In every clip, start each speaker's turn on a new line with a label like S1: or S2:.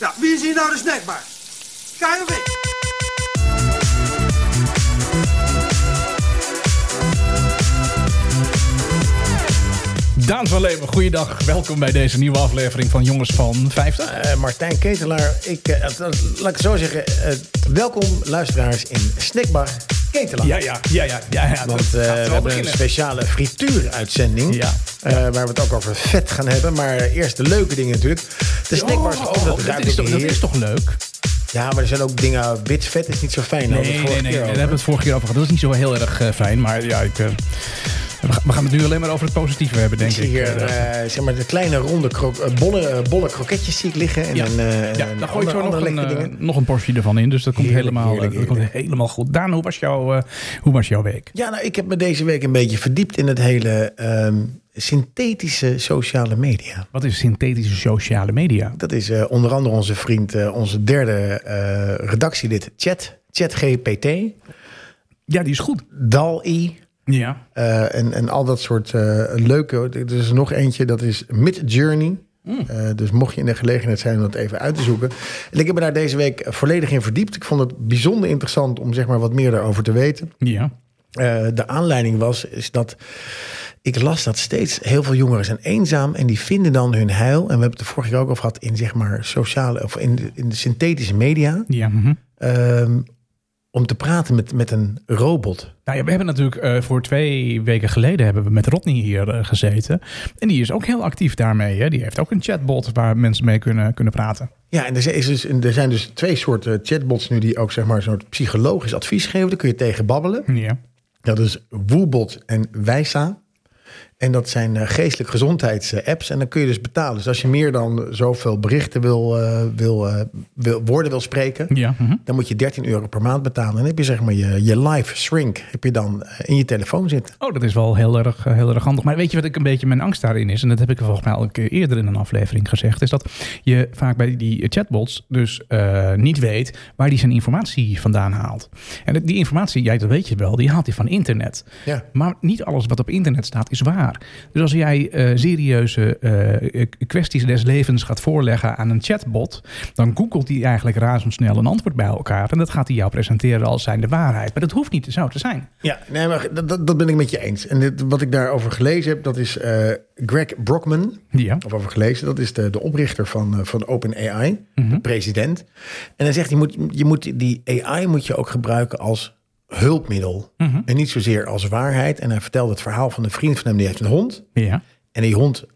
S1: Ja, wie is hier nou de snackbar? Kai of ik?
S2: Daan van Leeuwen, goeiedag. Welkom bij deze nieuwe aflevering van Jongens van 50.
S3: Eh, Martijn Ketelaar, ik, eh, eh, laat ik het zo zeggen. eh, welkom luisteraars in Snackbar Ketelaar.
S2: Ja, ja, ja, ja. ja, ja
S3: Want eh, we
S2: gaat
S3: hebben
S2: wel beginnen.
S3: een speciale frituuruitzending.
S2: Ja.
S3: eh, waar we het ook over vet gaan hebben. Maar eerst de leuke dingen natuurlijk. De snackbar is
S2: Oh,
S3: ook dat
S2: dat,
S3: ruikt
S2: is
S3: ook
S2: toch, dat
S3: heerlijk.
S2: is toch leuk?
S3: Ja, maar er zijn ook dingen. Wit vet is niet zo fijn. daar
S2: Nee,
S3: hadden we
S2: nee,
S3: het
S2: nee. nee,
S3: vorige
S2: Daar
S3: keer over.
S2: hebben we het vorige keer over gehad. Dat is niet zo heel erg eh, fijn. Maar ja, ik, eh, we gaan- we gaan het nu alleen maar over het positieve hebben, denk
S3: Ik zie
S2: ik.
S3: hier
S2: Eh,
S3: eh, zeg maar de kleine ronde kro eh, bolle, eh, bolle kroketjes zie ik liggen. En
S2: ja,
S3: een, eh,
S2: ja,
S3: en
S2: dan gooi ik
S3: andere-
S2: zo nog
S3: andere
S2: een,
S3: lekkere
S2: eh,
S3: dingen.
S2: nog een portie ervan in. Dus dat komt,
S3: Heerlijk,
S2: helemaal, eh,
S3: heerlijk,
S2: dat komt
S3: heerlijk.
S2: helemaal goed. Daan, hoe was, jouw, eh, hoe was jouw week?
S3: Ja, nou, ik heb me deze week een beetje verdiept in het hele ehm, synthetische sociale media.
S2: Wat is synthetische sociale media?
S3: Dat is eh, onder andere onze vriend, eh, onze derde eh, redactielid, Chat, ChatGPT,
S2: Ja, die is goed.
S3: DAL-I
S2: Ja.
S3: eh, en, en al dat soort eh, leuke. Er is nog eentje, dat is Midjourney. Eh, dus mocht je in de gelegenheid zijn om dat even uit te zoeken. En ik heb me daar deze week volledig in verdiept. Ik vond het bijzonder interessant om zeg maar, wat meer daarover te weten.
S2: Ja.
S3: Eh, de aanleiding was is dat ik las dat steeds heel veel jongeren zijn eenzaam en die vinden dan hun heil. En we hebben het de vorige keer ook over gehad in zeg maar sociale of in de, in de synthetische media
S2: Ja. mhm.
S3: ehm, om te praten met, met een robot.
S2: Nou ja, we hebben natuurlijk eh, voor twee weken geleden hebben we met Rodney hier eh, gezeten. En die is ook heel actief daarmee. Hè? Die heeft ook een chatbot waar mensen mee kunnen, kunnen praten.
S3: Ja, en er, is dus, en er zijn dus twee soorten chatbots nu die ook zeg maar zo'n psychologisch advies geven. Daar kun je tegen babbelen.
S2: Ja.
S3: Dat is Woebot en Wijsa. En dat zijn eh, geestelijk gezondheidsapps. En dan kun je dus betalen. Dus als je meer dan zoveel berichten wil, eh, wil, eh, wil, woorden wil spreken.
S2: Ja. mhm.
S3: Dan moet je 13 euro per maand betalen. En dan heb je zeg maar je, je live shrink heb je dan eh, in je telefoon zitten.
S2: Oh, dat is wel heel erg, eh, heel erg handig. Maar weet je wat ik een beetje mijn angst daarin is? En dat heb ik volgens mij al een keer eerder in een aflevering gezegd. Is dat je vaak bij die chatbots dus eh, niet weet waar die zijn informatie vandaan haalt. En die informatie, jij dat weet je wel, die haalt hij van internet.
S3: Ja.
S2: Maar niet alles wat op internet staat is waar. Dus als jij eh, serieuze eh, kwesties des levens gaat voorleggen aan een chatbot, dan googelt hij eigenlijk razendsnel een antwoord bij elkaar. En dat gaat hij jou presenteren als zijn de waarheid. Maar dat hoeft niet zo te zijn.
S3: Ja, nee, maar dat, dat, dat ben ik met je eens. En dit, wat ik daarover gelezen heb, dat is eh, Greg Brockman.
S2: Ja.
S3: Of over gelezen, dat is de, de oprichter van, eh, van OpenAI, de president. En hij zegt, je moet, je moet, die AI moet je ook gebruiken als hulpmiddel. En niet zozeer als waarheid. En hij vertelde het verhaal van een vriend van hem, die heeft een hond.
S2: Ja.
S3: En die hond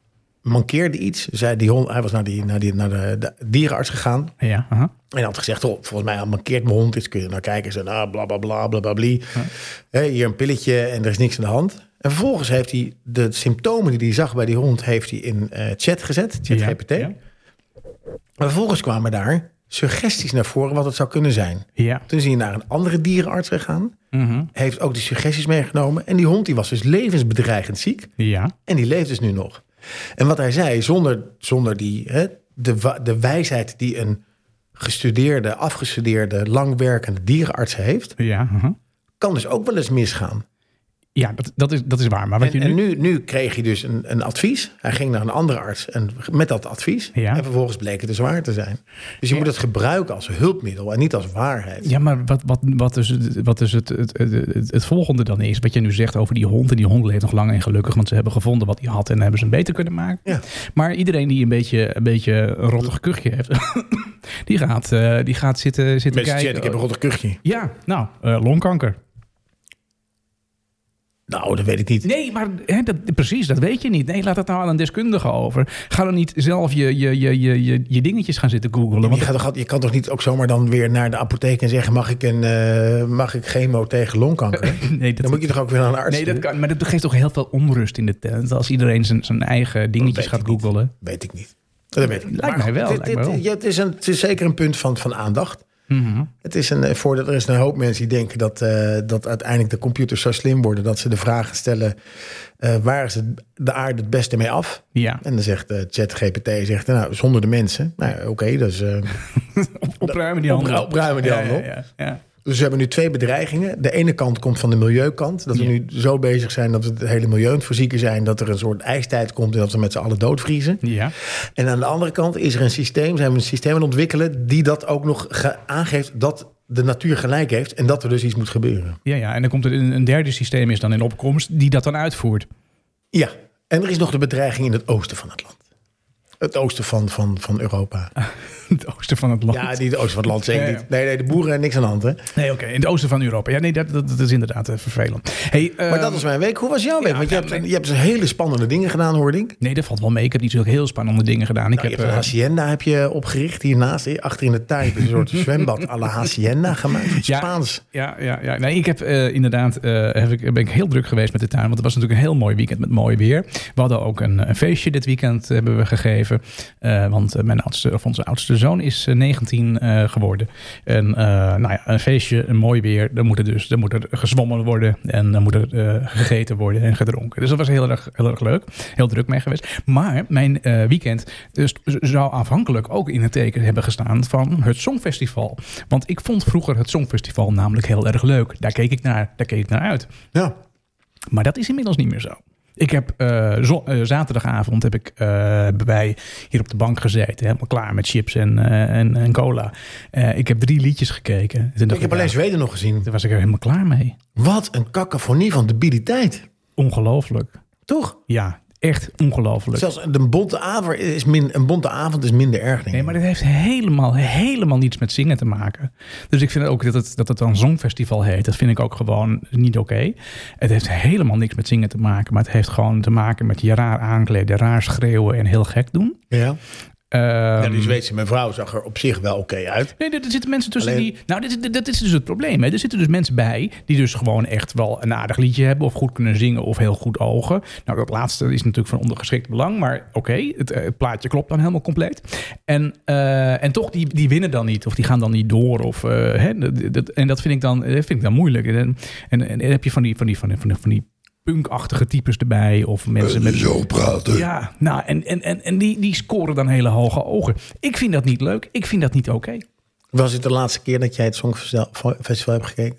S3: mankeerde iets. Zij, die hond, hij was naar, die, naar, die, naar de, de dierenarts gegaan.
S2: Ja. aha.
S3: En had gezegd, oh, volgens mij mankeert mijn hond iets. Kun je naar kijken? Ze, nou, bla, bla, bla, bla, bla, blie. Hé, hier een pilletje en er is niks aan de hand. En vervolgens heeft hij de symptomen die hij zag bij die hond... heeft hij in eh, chat gezet, chat GPT.
S2: Ja, ja.
S3: En vervolgens kwamen daar suggesties naar voren wat het zou kunnen zijn.
S2: Ja. mhm.
S3: Toen is hij naar een andere dierenarts gegaan. Heeft ook die suggesties meegenomen. En die hond die was dus levensbedreigend ziek.
S2: Ja.
S3: En die leeft dus nu nog. En wat hij zei, zonder, zonder die, hè, de, wa- de wijsheid die een gestudeerde, afgestudeerde, langwerkende dierenarts heeft,
S2: Ja. aha.
S3: kan dus ook wel eens misgaan.
S2: Ja, dat, dat, is, dat is waar. Maar wat
S3: En,
S2: je nu...
S3: en nu, nu kreeg hij dus een, een advies. Hij ging naar een andere arts en met dat advies.
S2: Ja.
S3: En vervolgens bleek het dus waar te zijn. Dus je moet het gebruiken als hulpmiddel en niet als waarheid.
S2: Ja, maar wat, wat, wat is, het, wat is het, het, het, het- het volgende dan is? Wat je nu zegt over die hond. En die hond leeft nog lang en gelukkig. Want ze hebben gevonden wat hij had. En hebben ze hem beter kunnen maken.
S3: Ja.
S2: Maar iedereen die een beetje een, beetje een rottig kuchje heeft. die, gaat, eh, die gaat zitten, zitten
S3: Mensen
S2: kijken.
S3: zeggen, ik heb een rottig kuchje.
S2: Ja, nou, eh, longkanker.
S3: Nou, dat weet ik niet.
S2: Nee, maar hè, dat, precies, dat weet je niet. Nee, laat dat nou aan een deskundige over. Ga dan niet zelf je, je, je, je, je, je dingetjes gaan zitten googlen.
S3: Je,
S2: want
S3: gaat toch, al- je kan toch niet ook zomaar dan weer naar de apotheek en zeggen... mag ik, een, eh, mag ik chemo tegen longkanker?
S2: nee, dat,
S3: Dan moet je toch ook weer naar een arts?
S2: Nee, dat
S3: toe?
S2: kan. Maar dat geeft toch heel veel onrust in de tent. Als iedereen zijn, zijn eigen dingetjes
S3: Dat weet
S2: gaat
S3: ik niet.
S2: googelen.
S3: Weet ik niet. Dat weet ik niet.
S2: Lijkt mij wel,
S3: dit-
S2: lijkt mij
S3: dit-
S2: wel.
S3: ja, het, is een, het is zeker een punt van, van aandacht. Het is een eh, voordeel. Er is een hoop mensen die denken dat, eh, dat uiteindelijk de computers zo slim worden dat ze de vragen stellen: eh, waar is het, de aarde het beste mee af?
S2: Ja,
S3: En dan zegt eh, ChatGPT: zegt, nou, zonder de mensen. Nou, oké, dat is. eh,
S2: opruimen die handen.
S3: Opru- opruimen die
S2: Ja,
S3: handen
S2: Ja, ja, ja.
S3: Dus we hebben nu twee bedreigingen. De ene kant komt van de milieukant. Dat we
S2: Ja.
S3: nu zo bezig zijn dat we het hele milieu aan het verzieken zijn. Dat er een soort ijstijd komt en dat we met z'n allen doodvriezen.
S2: Ja.
S3: En aan de andere kant is er een systeem, zijn we een systeem aan het ontwikkelen... die dat ook nog ge- aangeeft dat de natuur gelijk heeft... en dat er dus iets moet gebeuren.
S2: Ja, ja, en dan komt er een, een derde systeem is dan in opkomst die dat dan uitvoert.
S3: Ja, en er is nog de bedreiging in het oosten van het land. Het oosten van, van, van Europa.
S2: Het oosten van het land.
S3: Ja, niet het oosten van het land, zeker
S2: Ah, Ja, ja.
S3: niet. Nee, nee, de boeren en niks aan de hand, hè.
S2: Nee, oké, in het oosten van Europa. Ja, nee, dat, dat, dat is inderdaad eh, vervelend. Hey,
S3: Maar
S2: eh,
S3: dat was mijn week. Hoe was jouw week?
S2: ja,
S3: Want je
S2: ja,
S3: hebt,
S2: nee.
S3: je hebt dus hele spannende dingen gedaan, hoorde ik.
S2: Nee, dat valt wel mee. Ik heb niet zo heel spannende dingen gedaan. Ik
S3: Nou,
S2: heb,
S3: je hebt
S2: eh,
S3: een hacienda heb je opgericht hiernaast, hier achter in de tuin. heb je Een soort zwembad à la hacienda gemaakt. Iets
S2: Ja.
S3: Spaans.
S2: Ja, ja, ja. Nee, ik heb eh, inderdaad eh, heb ik, ben ik heel druk geweest met de tuin. Want het was natuurlijk een heel mooi weekend met mooi weer. We hadden ook een, een feestje dit weekend hebben we gegeven. Eh, want eh, mijn oudste, of onze oudste zoon is eh, 19 eh, geworden. En eh, nou ja, een feestje, een mooi weer. Dan moet er dus dan moet er gezwommen worden. En dan moet er eh, gegeten worden en gedronken. Dus dat was heel erg, heel erg leuk. Heel druk mee geweest. Maar mijn eh, weekend dus, zou afhankelijk ook in het teken hebben gestaan van het Songfestival. Want ik vond vroeger het Songfestival namelijk heel erg leuk. Daar keek ik naar, daar keek ik naar uit.
S3: Ja.
S2: Maar dat is inmiddels niet meer zo. Ik heb eh, zo- eh, zaterdagavond heb ik eh, bij hier op de bank gezeten. Helemaal klaar met chips en, eh, en, en cola. Eh, ik heb drie liedjes gekeken. Toen dacht
S3: Ik heb
S2: ja,
S3: alleen Zweden nog gezien.
S2: Toen was ik er helemaal klaar mee.
S3: Wat een cacophonie van debiliteit.
S2: Ongelooflijk.
S3: Toch?
S2: Ja, echt ongelooflijk.
S3: Zelfs een bonte avond is, min, een bonte avond is minder erg, denk ik.
S2: Nee, maar dit heeft helemaal, helemaal niets met zingen te maken. Dus ik vind ook dat het, dat het dan Songfestival heet. Dat vind ik ook gewoon niet oké. Het heeft helemaal niks met zingen te maken. Maar het heeft gewoon te maken met je raar aankleden, raar schreeuwen en heel gek doen.
S3: Ja.
S2: Ehm,
S3: Ja, die Zweedse mevrouw zag er op zich wel oké uit.
S2: Nee, er er zitten mensen tussen
S3: Alleen-
S2: die... Nou, dit, is- dit- dat is dus het probleem. Hè. Er zitten dus mensen bij die dus gewoon echt wel een aardig liedje hebben... of goed kunnen zingen of heel goed ogen. Nou, dat laatste is natuurlijk van ondergeschikt belang... maar oké, het, eh, het plaatje klopt dan helemaal compleet. En, eh, en toch, die, die winnen dan niet of die gaan dan niet door. Of, eh, hè, dat, dat- en dat vind ik dan, dat vind ik dan moeilijk. En, en, en, en heb je van die, van die, van die, van die, van die punkachtige types erbij... of mensen met...
S3: Eh, Zo praten.
S2: Ja, nou, en, en, en, en die, die scoren dan hele hoge ogen. Ik vind dat niet leuk. Ik vind dat niet oké.
S3: Was het de laatste keer dat jij het Songfestival hebt gekeken?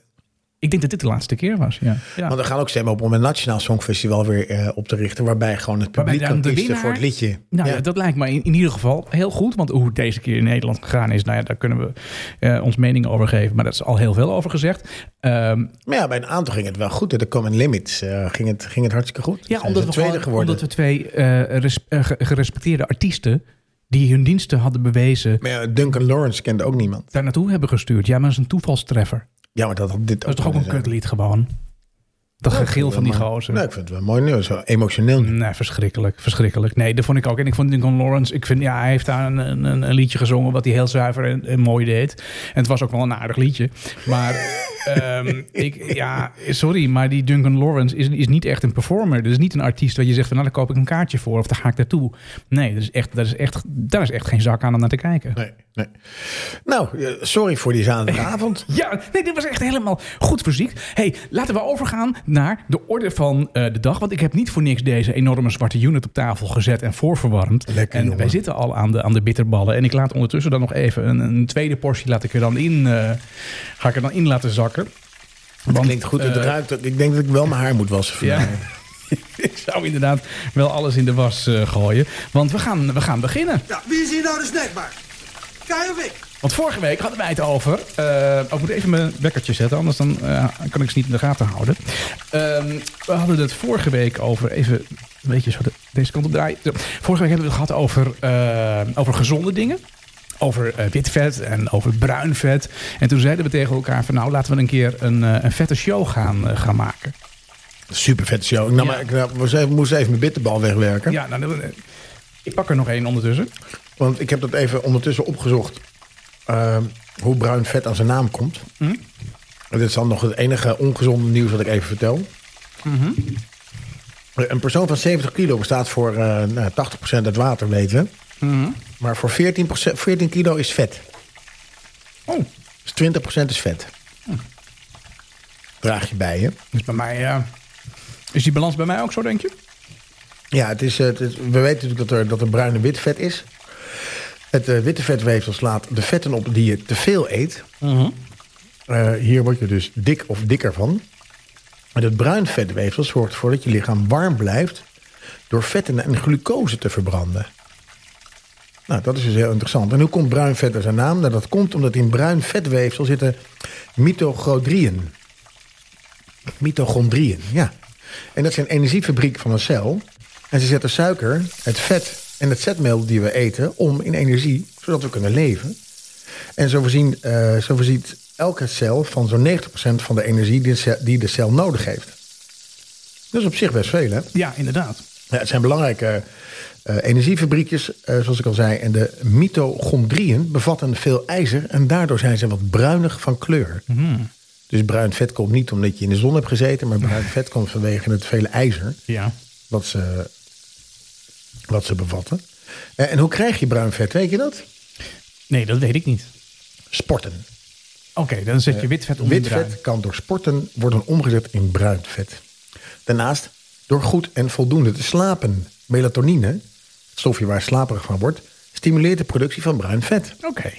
S2: Ik denk dat dit de laatste keer was. Ja. Ja.
S3: Want er gaan ook stemmen op om een nationaal songfestival weer eh, op te richten. Waarbij gewoon het
S2: Waarbij
S3: publiek
S2: dan
S3: kan
S2: de
S3: kiezen
S2: winnaar-
S3: voor het liedje.
S2: Nou,
S3: Ja.
S2: ja, dat lijkt me in, in ieder geval heel goed. Want hoe het deze keer in Nederland gegaan is, nou ja, daar kunnen we eh, ons mening over geven. Maar dat is al heel veel over gezegd. Ehm,
S3: Maar ja, bij een aantal ging het wel goed. hè. De Common Limits eh, ging, het, ging het hartstikke goed.
S2: ja,
S3: Zijn
S2: omdat
S3: ze
S2: we,
S3: tweede
S2: gewoon-
S3: geworden.
S2: omdat we twee eh, res- eh, ge- gerespecteerde artiesten die hun diensten hadden bewezen,
S3: Maar ja, Duncan Lawrence kende ook niemand.
S2: daar naartoe hebben gestuurd. Ja, maar dat is een toevalstreffer.
S3: Ja, maar dat had dit
S2: Dat is toch ook een
S3: kunnen zijn.
S2: kutlied gewoon? Oh, Dat gegil van die
S3: Maar-
S2: gozer.
S3: Nee, ik vind het wel mooi nieuws. Wel Emotioneel nieuws.
S2: Nee, verschrikkelijk. Verschrikkelijk. Nee, dat vond ik ook. En ik vond Duncan Lawrence... Ik vind, ja, hij heeft daar een, een, een liedje gezongen... wat hij heel zuiver en, en mooi deed. En het was ook wel een aardig liedje. Maar ehm, ik, ja, sorry, maar die Duncan Lawrence is, is niet echt een performer. Dat is niet een artiest waar je zegt... van nou, daar koop ik een kaartje voor of daar ga ik naartoe. Nee, dat is echt, dat is echt, daar is echt geen zak aan om naar te kijken.
S3: Nee, nee. Nou, eh, sorry voor die zaterdagavond.
S2: Ja, nee, dit was echt helemaal goed fysiek. hey, laten we overgaan naar de orde van eh, de dag. Want ik heb niet voor niks deze enorme zwarte unit op tafel gezet en voorverwarmd.
S3: Lekker,
S2: en
S3: jongen.
S2: wij zitten al aan de, aan de bitterballen. En ik laat ondertussen dan nog even een, een tweede portie laat ik er dan in, eh, ga ik er dan in laten zakken.
S3: Het
S2: Want,
S3: klinkt goed, het
S2: eh,
S3: ruikt. ook- Ik denk dat ik wel mijn haar moet wassen
S2: Ja.
S3: vandaag.
S2: ik zou inderdaad wel alles in de was eh, gooien. Want we gaan, we gaan beginnen.
S1: Ja, wie is hier nou de snackbar? Kai of ik?
S2: Want vorige week hadden wij het over. eh, oh, ik moet even mijn wekkertje zetten, anders dan, eh, kan ik ze niet in de gaten houden. Ehm, we hadden het vorige week over. Even een beetje zo de- deze kant op draaien. Zo. Vorige week hebben we het gehad over, eh, over gezonde dingen. Over eh, wit vet en over bruin vet. En toen zeiden we tegen elkaar: van nou laten we een keer een, eh, een vette show gaan, eh, gaan maken.
S3: Super vet show. Ik, nam
S2: Ja.
S3: maar- ik nam- moest even- moest even mijn bitterbal wegwerken.
S2: Ja, nou, dan- ik pak er nog één ondertussen.
S3: Want ik heb dat even ondertussen opgezocht. ehm, hoe bruin vet aan zijn naam komt.
S2: Mhm.
S3: Dit is dan nog het enige ongezonde nieuws wat ik even vertel.
S2: Mhm.
S3: Een persoon van 70 kilo bestaat voor eh, nou, 80% uit water, weten we.
S2: Mhm.
S3: Maar voor 14, 14 kilo is vet.
S2: Oh,
S3: Dus 20% is vet.
S2: Hm.
S3: Draag je bij je.
S2: dus bij mij. eh, is die balans bij mij ook zo, denk je?
S3: Ja, het is, eh, het is- we weten natuurlijk dat er, dat er bruin en wit vet is. Het eh, witte vetweefsel slaat de vetten op die je te veel eet. Eh, hier word je dus dik of dikker van. Maar dat bruin vetweefsel zorgt ervoor dat je lichaam warm blijft door vetten en glucose te verbranden. Nou, dat is dus heel interessant. En hoe komt bruin vet bij zijn naam? Nou, dat komt omdat in bruin vetweefsel zitten mitochondriën. Mitochondriën, ja. En dat is een energiefabriek van een cel. En ze zetten suiker, het vet en het zetmeel die we eten om in energie, zodat we kunnen leven. En zo, voorzien, eh, zo voorziet elke cel van zo'n 90% van de energie die de cel, die de cel nodig heeft. Dat is op zich best veel, hè?
S2: Ja, inderdaad.
S3: Ja, het zijn belangrijke eh, energiefabriekjes, eh, zoals ik al zei. En de mitochondriën bevatten veel ijzer en daardoor zijn ze wat bruinig van kleur. Dus bruin vet komt niet omdat je in de zon hebt gezeten, maar bruin vet komt vanwege het vele ijzer
S2: Ja.
S3: wat ze, wat ze bevatten. Eh, en hoe krijg je bruin vet? Weet je dat?
S2: Nee, dat weet ik niet.
S3: Sporten.
S2: Oké, dan
S3: Eh,
S2: zet je wit vet onder
S3: Wit
S2: bruin.
S3: vet kan door sporten worden omgezet in bruin vet. Daarnaast door goed en voldoende te slapen. Melatonine, het stofje waar slaperig van wordt, stimuleert de productie van bruin vet.
S2: Oké,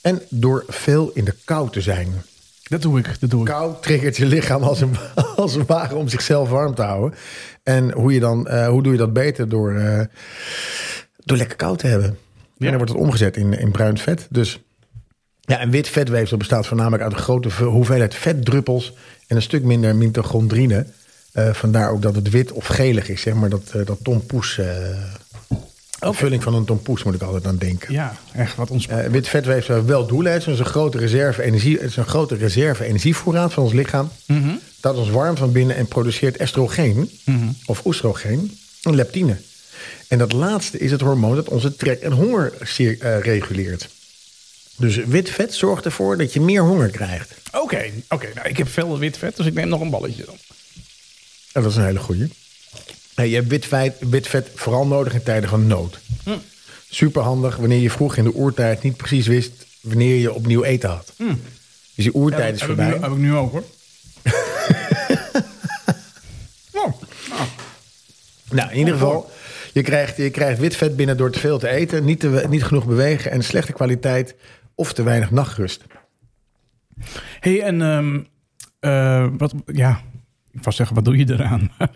S3: En door veel in de kou te zijn.
S2: dat doe ik. Dat doe ik.
S3: Kou triggert je lichaam als een, als een wagen om zichzelf warm te houden. En hoe, je dan, eh, hoe doe je dat beter? Door, eh, door lekker koud te hebben. En dan wordt het omgezet in, in bruin vet. Dus ja, en wit vetweefsel bestaat voornamelijk uit een grote ve- hoeveelheid vetdruppels en een stuk minder mitochondrine. Eh, vandaar ook dat het wit of gelig is, zeg maar dat, eh dat tompoes. eh de vulling van een tompoes moet ik altijd aan denken.
S2: Ja, echt wat ons.
S3: Eh, wit vetweefsel heeft wel doelen. Het is een grote reserve, energie, het is een grote reserve energievoorraad van ons lichaam. Dat ons warm van binnen en produceert estrogeen of oestrogeen en leptine. En dat laatste is het hormoon dat onze trek en honger zeer, eh, reguleert. Dus wit vet zorgt ervoor dat je meer honger krijgt.
S2: Oké, oké. nou, ik heb veel wit vet, dus ik neem nog een balletje dan.
S3: En dat is een hele goeie. Hey, je hebt wit vet, wit vet vooral nodig in tijden van nood. Superhandig wanneer je vroeg in de oertijd niet precies wist wanneer je opnieuw eten had. Dus die oertijd is
S2: heb, ik nu,
S3: voorbij.
S2: heb ik nu ook hoor. Nou,
S3: Nou, in ieder geval, je krijgt, je krijgt wit vet binnen door te veel te eten, niet, te, niet genoeg bewegen en slechte kwaliteit of te weinig nachtrust.
S2: hey, en ehm, eh, wat, ja, ik was zeggen, wat doe je eraan?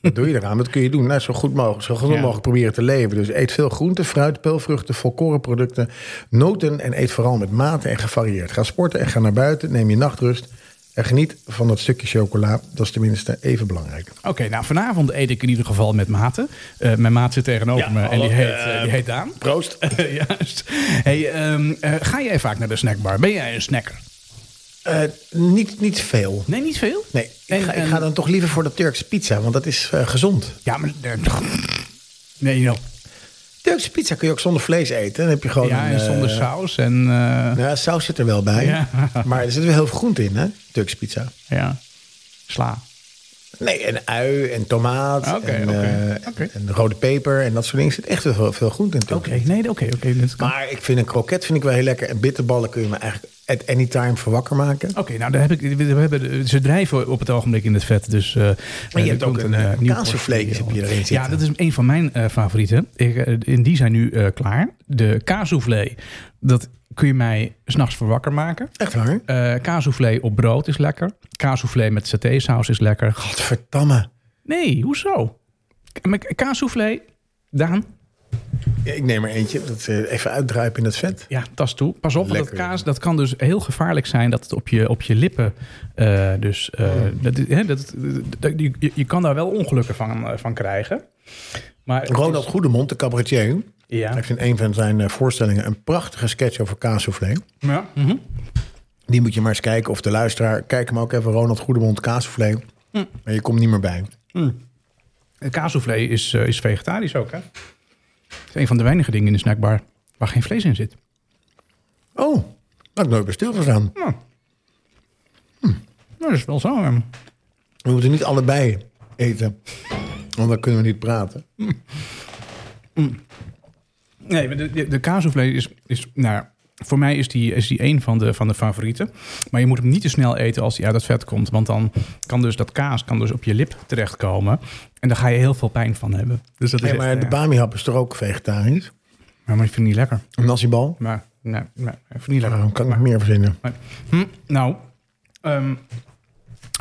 S3: Wat doe je eraan? Wat kun je doen? Nou, zo goed mogelijk, zo gezond
S2: Ja.
S3: mogelijk proberen te leven. Dus eet veel groente, fruit, peulvruchten, volkorenproducten, noten en eet vooral met mate en gevarieerd. Ga sporten en ga naar buiten, neem je nachtrust en geniet van dat stukje chocola. Dat is tenminste even belangrijk.
S2: Oké, nou vanavond eet ik in ieder geval met Maarten. Eh, mijn maat zit tegenover
S3: Ja,
S2: me en
S3: hallo,
S2: die heet,
S3: eh,
S2: eh, die heet Daan.
S3: Proost.
S2: Juist. Hey, ehm, eh, ga jij vaak naar de snackbar? Ben jij een snacker?
S3: Eh, niet, niet veel.
S2: Nee, niet veel.
S3: Nee, ik
S2: En-
S3: ga, ik
S2: en-
S3: ga dan toch liever voor de Turkse pizza, want dat is eh, gezond.
S2: Ja, maar... eh, Nee, nou, joh.
S3: Turkse pizza kun je ook zonder vlees eten. Dan heb je gewoon
S2: Ja,
S3: een,
S2: en zonder
S3: eh,
S2: saus en... eh,
S3: Nou, ja, saus zit er wel bij.
S2: Ja.
S3: Maar er zit wel heel veel groente in, hè? Turkse pizza.
S2: ja, sla.
S3: Nee, en ui en tomaat
S2: Ah, Oké,
S3: en,
S2: oké,
S3: eh,
S2: oké.
S3: en rode peper en dat soort dingen. Er zit echt wel veel groente in
S2: Oké,
S3: Turkse
S2: nee, oké, oké. dat kan.
S3: Maar ik vind een kroket vind ik wel heel lekker. En bitterballen kun je me eigenlijk at any time voor wakker maken.
S2: Oké, nou daar heb ik. We hebben, ze drijven op het ogenblik in het vet. Dus, eh,
S3: je
S2: er
S3: hebt ook
S2: komt
S3: een, eh,
S2: eh, nieuw
S3: kaasvleekjes heb je erin zitten.
S2: Ja, dat is een van mijn eh, favorieten. Ik, eh, en die zijn nu eh, klaar. De kaassoufflé, dat kun je mij s'nachts voor wakker maken.
S3: Echt waar?
S2: Eh kaassoufflé op brood is lekker. Kaassoufflé met satésaus is lekker.
S3: Godverdamme.
S2: Nee, hoezo? K- maar k- Kaassoufflé, Daan,
S3: Ja, ik neem er eentje. Dat, eh, even uitdruipen in dat vet.
S2: Ja, tas toe. Pas op, want dat
S3: Lekker.
S2: kaas dat kan dus heel gevaarlijk zijn dat het op je, op je lippen. eh, dus eh, dat, hè, dat, dat- je, je kan daar wel ongelukken van, eh, van krijgen. Maar het
S3: Ronald Goedemond, de cabaretier,
S2: is- ja.
S3: heeft in een van zijn eh, voorstellingen een prachtige sketch over kaassoufflé.
S2: Ja. mhm.
S3: Die moet je maar eens kijken. Of de luisteraar. Kijk hem ook even. Ronald Goedemond, kaassoufflé.
S2: Hm.
S3: Maar je komt niet meer bij.
S2: En Kaassoufflé is, eh, is vegetarisch ook, hè? Het is een van de weinige dingen in de snackbar waar geen vlees in zit.
S3: Oh, daar heb ik nooit bij stilgestaan.
S2: Ja. Hm. Nou. Dat is wel zo. hè.
S3: We moeten niet allebei eten. Want dan kunnen we niet praten.
S2: Nee, maar de, de, de kaassoufflé is, is nou, voor mij is die, is die een van de, van de favorieten. Maar je moet hem niet te snel eten als die uit het vet komt. Want dan kan dus dat kaas kan dus op je lip terechtkomen. En daar ga je heel veel pijn van hebben. Dus dat
S3: Nee,
S2: is echt,
S3: maar de
S2: ja.
S3: bamihap is toch ook vegetarisch?
S2: Ja, maar ik vind het niet lekker.
S3: Een nasibal?
S2: Maar Nee, nee, even niet lekker.
S3: Waarom kan ik meer verzinnen?
S2: Maar- Hm, nou, ehm,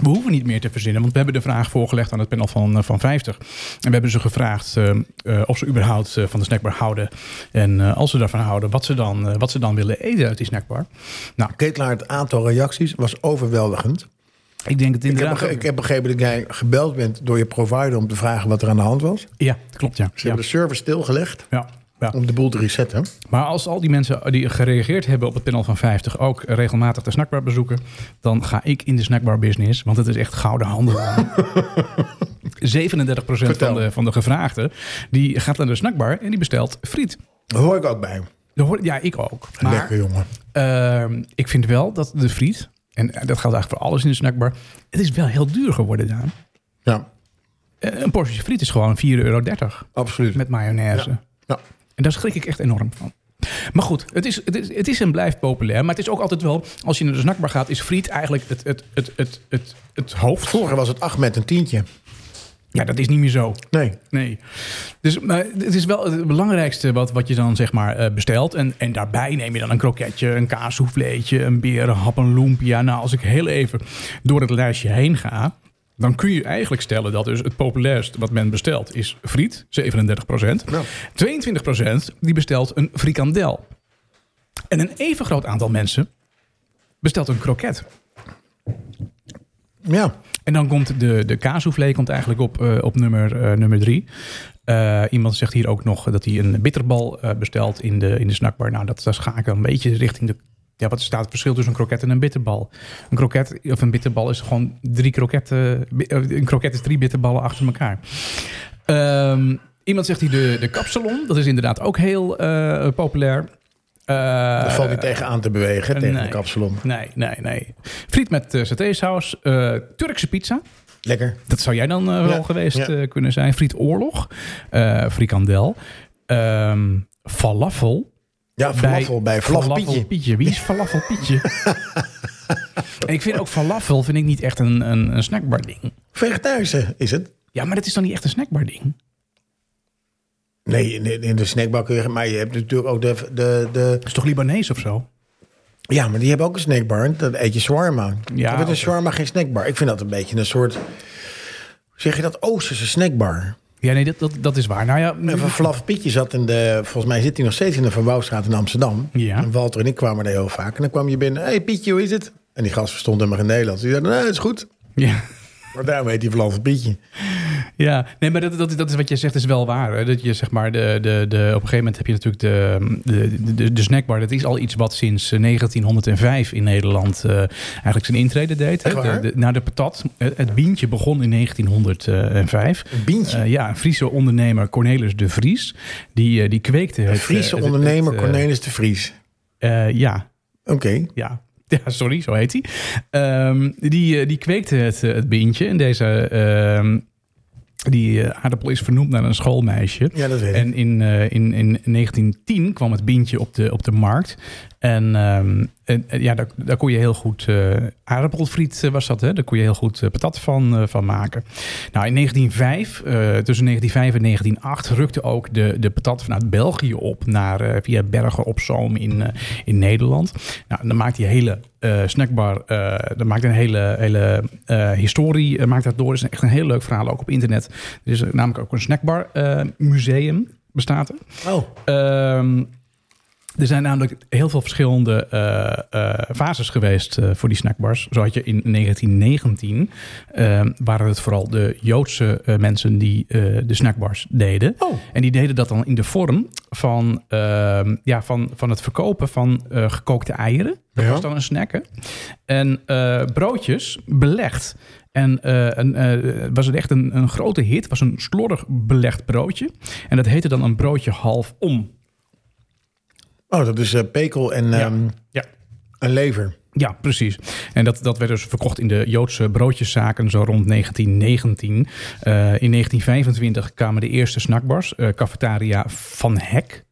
S2: we hoeven niet meer te verzinnen, want we hebben de vraag voorgelegd aan het panel van, eh, van 50. En we hebben ze gevraagd ehm, eh, of ze überhaupt eh, van de snackbar houden. En eh, als ze daarvan houden, wat ze, dan, eh, wat ze dan willen eten uit die snackbar. Nou,
S3: Ketelaar, het aantal reacties was overweldigend.
S2: ik denk het
S3: Ik heb,
S2: inderdaad.
S3: bege- ik heb begrepen dat jij gebeld bent door je provider om te vragen wat er aan de hand was. Ze
S2: Ja, dat klopt, ja. Ja,
S3: hebben de server stilgelegd
S2: ja, ja.
S3: om de boel te resetten.
S2: Maar als al die mensen die gereageerd hebben op het panel van 50 ook regelmatig de snackbar bezoeken, dan ga ik in de snackbar business, want het is echt gouden handel. 37%
S3: Vertel.
S2: van de, van de gevraagden die gaat naar de snackbar en die bestelt friet.
S3: Daar hoor ik ook bij.
S2: Daar hoor- Ja, ik ook. Maar
S3: Lekker jongen.
S2: ehm, ik vind wel dat de friet, en eh, dat geldt eigenlijk voor alles in de snackbar, het is wel heel duur geworden, Daan.
S3: Ja,
S2: Eh, Een portie friet is gewoon 4,30 euro
S3: absoluut.
S2: met mayonaise.
S3: Ja.
S2: En daar schrik ik echt enorm van. Maar goed, het is, het, is, het is en blijft populair. Maar het is ook altijd wel, als je naar de snackbar gaat, is friet eigenlijk het, het, het, het, het, het hoofd.
S3: Vroeger was het acht met een tientje.
S2: Ja, dat is niet meer zo.
S3: Nee.
S2: Nee. Dus maar het is wel het belangrijkste wat, wat je dan zeg maar eh, bestelt. En, en daarbij neem je dan een kroketje, een kaassoefleetje, een berenhap, een lumpia. Nou, als ik heel even door het lijstje heen ga... dan kun je eigenlijk stellen dat dus het populairst wat men bestelt is friet, 37
S3: Nou.
S2: 22 die bestelt een frikandel. En een even groot aantal mensen bestelt een kroket.
S3: Ja,
S2: En dan komt de, de kaassoufflé komt eigenlijk op, eh, op nummer, eh, nummer drie. Eh, iemand zegt hier ook nog dat hij een bitterbal eh, bestelt in de, in de snackbar. Nou, dat, dat ga ik dan een beetje richting de... Ja, wat staat het verschil tussen een kroket en een bitterbal? Een kroket of een bitterbal is gewoon drie kroketten... bi- eh, Een kroket is drie bitterballen achter elkaar. Ehm, iemand zegt hier de, de kapsalon. Dat is inderdaad ook heel eh, populair. Eh,
S3: dat valt niet tegen aan te bewegen,
S2: eh,
S3: tegen
S2: nee.
S3: de kapsalon.
S2: Nee, nee, nee. Friet met eh satésaus. eh, Turkse pizza.
S3: Lekker.
S2: Dat zou jij dan eh, wel
S3: Ja,
S2: geweest
S3: ja.
S2: eh, kunnen zijn. Friet Oorlog, eh, frikandel, ehm, falafel.
S3: Ja, falafel bij, Flaf
S2: falafel
S3: Pietje.
S2: Pietje. Wie is falafel Pietje? en ik vind ook falafel vind ik niet echt een, een, een snackbar ding.
S3: Vegetarische is het.
S2: Ja, maar dat is dan niet echt een snackbar ding.
S3: Nee, in de, in de snackbar kun je... Maar je hebt natuurlijk ook de, de, de...
S2: Dat is toch Libanees of zo?
S3: Ja, maar die hebben ook een snackbar. Dan eet je shawarma.
S2: Ja,
S3: Ja, dan wordt
S2: oké.
S3: een shawarma geen snackbar. Ik vind dat een beetje een soort... hoe Zeg je dat? Oosterse snackbar.
S2: Ja, nee, dat, dat, dat is waar. Nou ja,
S3: En van Flaf Pietje zat in de... Volgens mij zit hij nog steeds in de Van Wouwstraat in Amsterdam.
S2: Ja.
S3: En Walter en ik kwamen daar heel vaak. En dan kwam je binnen. Hé hey, Pietje, hoe is het? En die gast verstond helemaal geen Nederlands. Die zei, nou, het is goed.
S2: ja.
S3: Maar daarom heet hij Flaf Pietje.
S2: Ja, nee, maar dat, dat, dat is wat je zegt, is wel waar. Hè? Dat je zeg maar, de, de, de, op een gegeven moment heb je natuurlijk de, de, de, de snackbar. Dat is al iets wat sinds eh, 1905 in Nederland eh, eigenlijk zijn intrede deed. Hè?
S3: Echt waar?
S2: De, de- nou, de patat, het, het bientje begon in 1905.
S3: Een bientje.
S2: Eh, ja, een Friese ondernemer Cornelis de Vries, die, eh, die kweekte het...
S3: Een Friese
S2: eh, het- het-
S3: ondernemer
S2: het, eh,
S3: Cornelis de Vries.
S2: eh, ja,
S3: Oké.
S2: ja. Ja, sorry, zo heet hij. Ehm, die, eh, die kweekte het, eh, het beentje. En deze ehm, die eh, aardappel is vernoemd naar een schoolmeisje.
S3: Ja, dat weet ik.
S2: En in, eh, in, in 1910 kwam het bintje op de, op de markt. En, ehm, en, en ja, daar, daar kon je heel goed eh, aardappelfriet eh, was dat. Hè? Daar kon je heel goed eh, patat van, eh, van maken. Nou, in 1905, eh, tussen 1905 en 1908, rukte ook de, de patat vanuit België op naar, eh, via Bergen op Zoom in, eh, in Nederland. Nou, dan maakt die hele eh, snackbar, eh dan maakt een hele, hele eh, historie, eh, maakt dat door. Er is echt een heel leuk verhaal, ook op internet. Er is namelijk ook een snackbar eh, museum, bestaat er.
S3: Oh,
S2: Ehm, er zijn namelijk heel veel verschillende eh, eh, fases geweest eh, voor die snackbars. Zo had je in 1919, ehm, waren het vooral de Joodse eh, mensen die eh, de snackbars deden.
S3: Oh.
S2: En die deden dat dan in de vorm van, ehm, ja, van, van het verkopen van eh, gekookte eieren. Dat
S3: Ja.
S2: was dan een snack. hè. En eh, broodjes belegd. En eh, een, eh, was het echt een, een grote hit. was een slordig belegd broodje. En dat heette dan een broodje half om.
S3: oh dat is eh, pekel en,
S2: Ja.
S3: ehm,
S2: Ja.
S3: en lever.
S2: Ja, precies. En dat, dat werd dus verkocht in de Joodse broodjeszaken zo rond 1919. Eh, in 1925 kwamen de eerste snackbars. Eh, cafetaria Van Hek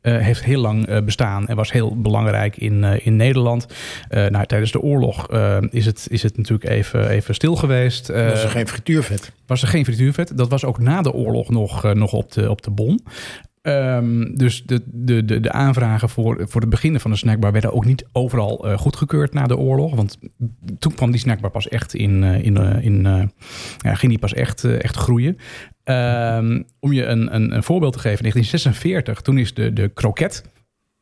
S2: eh, heeft heel lang eh, bestaan en was heel belangrijk in, eh, in Nederland. Eh, nou, tijdens de oorlog eh, is, het, is het natuurlijk even, even stil geweest. Eh,
S3: dat is er geen frituurvet.
S2: was er geen frituurvet. Dat was ook na de oorlog nog, eh, nog op, de, op de bon. Ehm, dus de, de, de, de aanvragen voor, voor het beginnen van de snackbar werden ook niet overal eh, goedgekeurd na de oorlog. Want toen kwam die snackbar pas echt in. eh, in, eh, in eh, ja, ging die pas echt, eh, echt groeien. Ehm, om je een, een, een voorbeeld te geven, in 1946, toen is de, de kroket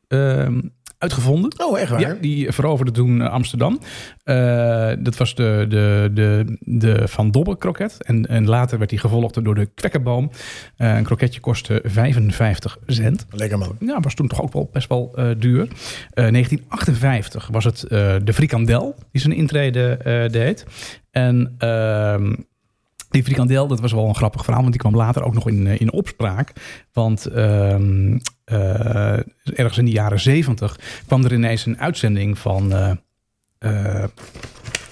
S2: ehm, uitgevonden.
S3: Oh, echt waar?
S2: Ja, die veroverde toen eh, Amsterdam. Eh, dat was de, de, de, de Van Dobbe kroket. En, en later werd die gevolgd door de kwekkenboom. Eh, een kroketje kostte 55 cent.
S3: Lekker man.
S2: Ja, was toen toch ook wel best wel eh, duur. Eh, 1958 was het eh, de frikandel die zijn intrede eh, deed. En ehm, die frikandel, dat was wel een grappig verhaal, want die kwam later ook nog in, eh, in opspraak. Want ehm, eh, ergens in de jaren 70 kwam er ineens een uitzending van. eh, eh,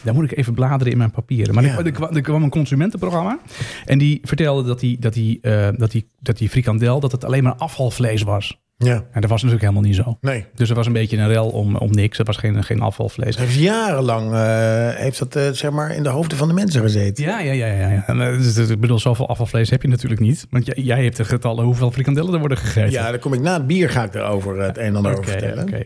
S2: daar moet ik even bladeren in mijn papieren. Maar
S3: Ja.
S2: er, kwam, er kwam een consumentenprogramma. En die vertelde dat die, dat, die, eh, dat, die, dat die frikandel dat het alleen maar afvalvlees was.
S3: Ja.
S2: En dat was natuurlijk helemaal niet zo.
S3: Nee.
S2: Dus er was een beetje een rel om, om niks. Er was geen, geen afvalvlees.
S3: Heeft jarenlang eh, heeft dat eh, zeg maar in de hoofden van de mensen gezeten.
S2: Ja, ja, ja. ja, ja. En, eh, dus, dus, ik bedoel, zoveel afvalvlees heb je natuurlijk niet. Want jij, jij hebt de getallen hoeveel frikandellen er worden gegeten.
S3: Ja, dan kom ik na het bier ga ik erover eh, het een en ander over
S2: Oké,
S3: vertellen.
S2: oké.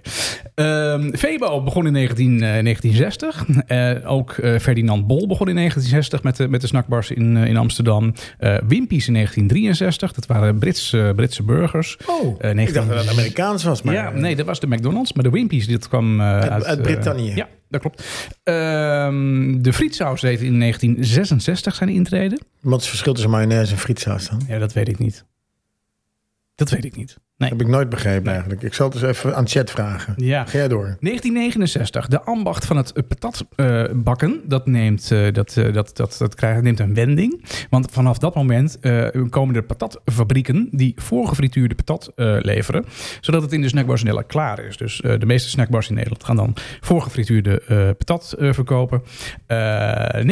S2: Ehm, Febo begon in 19, eh, 1960. Eh, ook eh, Ferdinand Bol begon in 1960 met de, met de snackbars in, eh, in Amsterdam. Eh Wimpy's in 1963. Dat waren Britse, Britse burgers.
S3: Oh,
S2: Eh,
S3: ik dacht dat het Amerikaans was, maar
S2: ja,
S3: eh,
S2: nee, dat was de McDonald's. Maar de Wimpy's, dit kwam eh, uit...
S3: uit
S2: eh,
S3: Brittannië.
S2: ja, dat klopt. Ehm, de frietsaus deed in 1966 zijn intrede.
S3: wat is het verschil tussen mayonaise en frietsaus dan?
S2: Ja, dat weet ik niet. Dat weet ik niet. Nee.
S3: Heb ik nooit begrepen eigenlijk. Ik zal het eens even aan chat vragen.
S2: Ja.
S3: Ga jij door.
S2: 1969, de ambacht van het patatbakken, dat, neemt, eh, dat, eh, dat, dat, dat krijgt, neemt een wending. Want vanaf dat moment eh, komen er patatfabrieken die voorgefrituurde patat eh, leveren. Zodat het in de snackbars in Nederland klaar is. Dus eh, de meeste snackbars in Nederland gaan dan voorgefrituurde eh, patat eh, verkopen. Eh,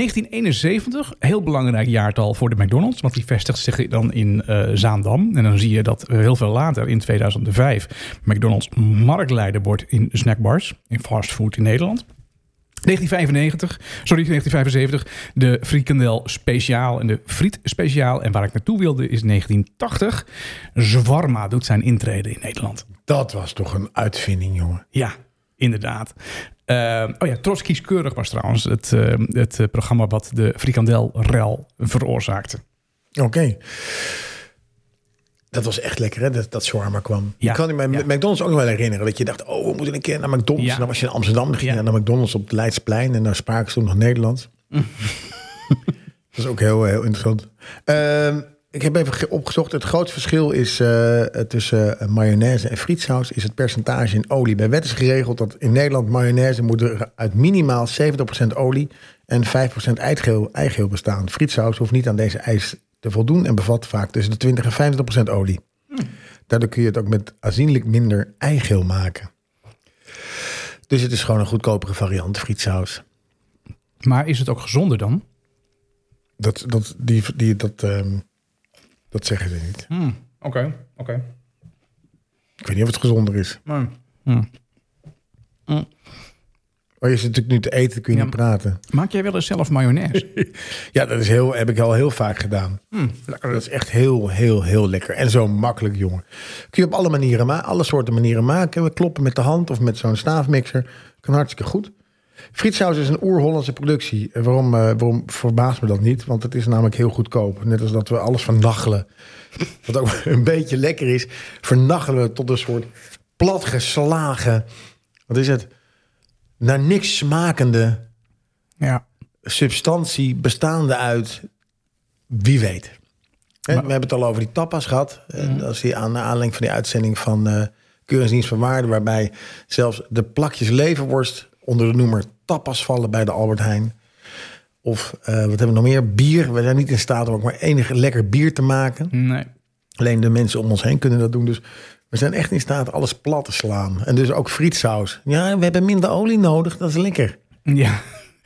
S2: 1971, heel belangrijk jaartal voor de McDonald's. Want die vestigt zich dan in eh, Zaandam. En dan zie je dat eh, heel veel later, in 2005, McDonald's marktleider wordt in snackbars, in fastfood in Nederland. 1995, sorry, 1975, de frikandel speciaal en de friet speciaal. En waar ik naartoe wilde is 1980. Zwarma doet zijn intrede in Nederland.
S3: Dat was toch een uitvinding, jongen.
S2: Ja, inderdaad. Eh, oh ja, Trotsky's Keurig was trouwens het, eh, het eh, programma wat de frikandelrel veroorzaakte.
S3: Oké. Dat was echt lekker, hè? Dat, dat shawarma kwam.
S2: Ja.
S3: Ik kan me
S2: Ja.
S3: McDonald's ook nog wel herinneren. Dat je dacht, oh, we moeten een keer naar McDonald's.
S2: Ja.
S3: En dan was je in Amsterdam, dan ging je
S2: Ja.
S3: naar McDonald's op het Leidsplein. En daar spraken ze toen nog Nederlands. dat is ook heel, heel interessant. Ehm, ik heb even ge- opgezocht. Het grootste verschil is eh, tussen eh, mayonaise en frietsaus... is het percentage in olie. Bij wet is geregeld dat in Nederland mayonaise... moet er uit minimaal 70% olie en 5% eigeel, eigeel bestaan. Frietsaus hoeft niet aan deze eis te voldoen... en bevat vaak tussen de 20 en 25% olie. Daardoor kun je het ook met aanzienlijk minder eigeel maken. Dus het is gewoon een goedkopere variant, frietsaus.
S2: Maar is het ook gezonder dan?
S3: Dat, dat, die, die, dat, ehm, dat zeggen ze niet.
S2: Oké, oké.
S3: Ik weet niet of het gezonder is. Maar Oh, je zit natuurlijk nu te eten, kun je
S2: Ja.
S3: niet praten.
S2: Maak jij wel eens zelf mayonaise?
S3: Ja, dat is heel, heb ik al heel vaak gedaan.
S2: lekker.
S3: Dat is echt heel, heel, heel lekker. En zo makkelijk, jongen. Kun je op alle manieren, ma- alle soorten manieren maken. We kloppen met de hand of met zo'n staafmixer. Kan hartstikke goed. Frietsaus is een oer-Hollandse productie. En waarom, eh, waarom verbaast me dat niet? Want het is namelijk heel goedkoop. Net als dat we alles vernachelen. Wat ook een beetje lekker is. Vernachelen we tot een soort platgeslagen... Wat is het? Naar niks smakende
S2: Ja.
S3: substantie bestaande uit wie weet. Hè, we hebben het al over die tapas gehad. En Dat is die aan naar aanleiding van die uitzending van eh Keuringsdienst van Waarde... waarbij zelfs de plakjes leverworst onder de noemer tapas vallen bij de Albert Heijn. Of eh, wat hebben we nog meer? Bier. We zijn niet in staat om ook maar enig lekker bier te maken.
S2: Nee.
S3: Alleen de mensen om ons heen kunnen dat doen. Dus we zijn echt in staat alles plat te slaan. En dus ook frietsaus. Ja, we hebben minder olie nodig. Dat is lekker.
S2: Ja.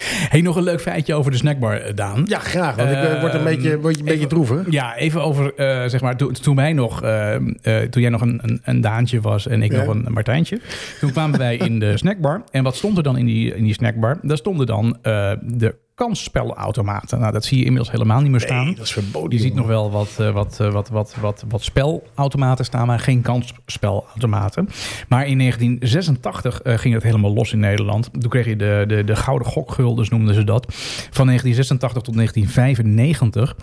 S2: Hey, nog een leuk feitje over de snackbar, eh, Daan.
S3: Ja, graag. Want ik eh, word een
S2: Ehm,
S3: beetje, word een beetje
S2: even-
S3: droevig.
S2: Ja, even over, eh, zeg maar, toen- toen wij nog, eh, eh, toen jij nog een, een, een Daantje was en ik
S3: Ja.
S2: nog een Martijntje. Toen kwamen wij in de snackbar. En wat stond er dan in die, in die snackbar? Daar stonden dan eh, de kansspelautomaten. Nou, dat zie je inmiddels helemaal niet meer staan.
S3: Nee, dat is verboden.
S2: je ziet nog
S3: jongen.
S2: wel wat, eh, wat, eh, wat, wat, wat, wat spelautomaten staan, maar geen kansspelautomaten. Maar in 1986 eh, ging dat helemaal los in Nederland. Toen kreeg je de, de, de gouden gokguldens, noemden ze dat. Van 1986 tot 1995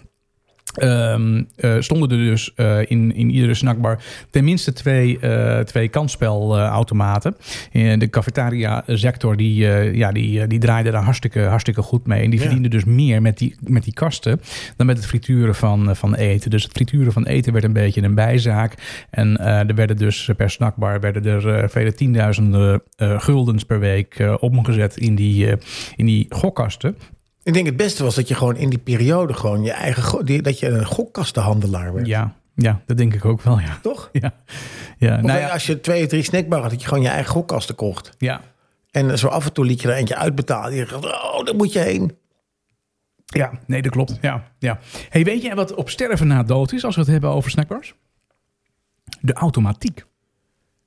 S2: Ehm, eh, stonden er dus eh, in, in iedere snackbar tenminste twee, eh twee kansspelautomaten. Eh, de cafetaria-sector die, eh, ja, die, eh, die draaide daar hartstikke, hartstikke goed mee. En die
S3: Ja.
S2: verdiende dus meer met die, met die kasten dan met het frituren van, eh, van eten. Dus het frituren van eten werd een beetje een bijzaak. En eh, er werden dus per snackbar werden er eh, vele tienduizenden eh, guldens per week eh, omgezet in die, eh, in die gokkasten.
S3: Ik denk het beste was dat je gewoon in die periode gewoon je eigen... go- die- dat je een gokkastenhandelaar werd.
S2: Ja, ja, dat denk ik ook wel, ja.
S3: Toch?
S2: Ja, ja.
S3: Of
S2: Nou ja,
S3: als je twee of drie snackbar had, dat je gewoon je eigen gokkasten kocht.
S2: ja.
S3: En zo af en toe liet je er eentje uitbetalen. Je dacht, oh, daar moet je heen.
S2: ja, nee, dat klopt. Ja, ja. Hey, weet jij wat op sterven na dood is als we het hebben over snackbars? De automatiek.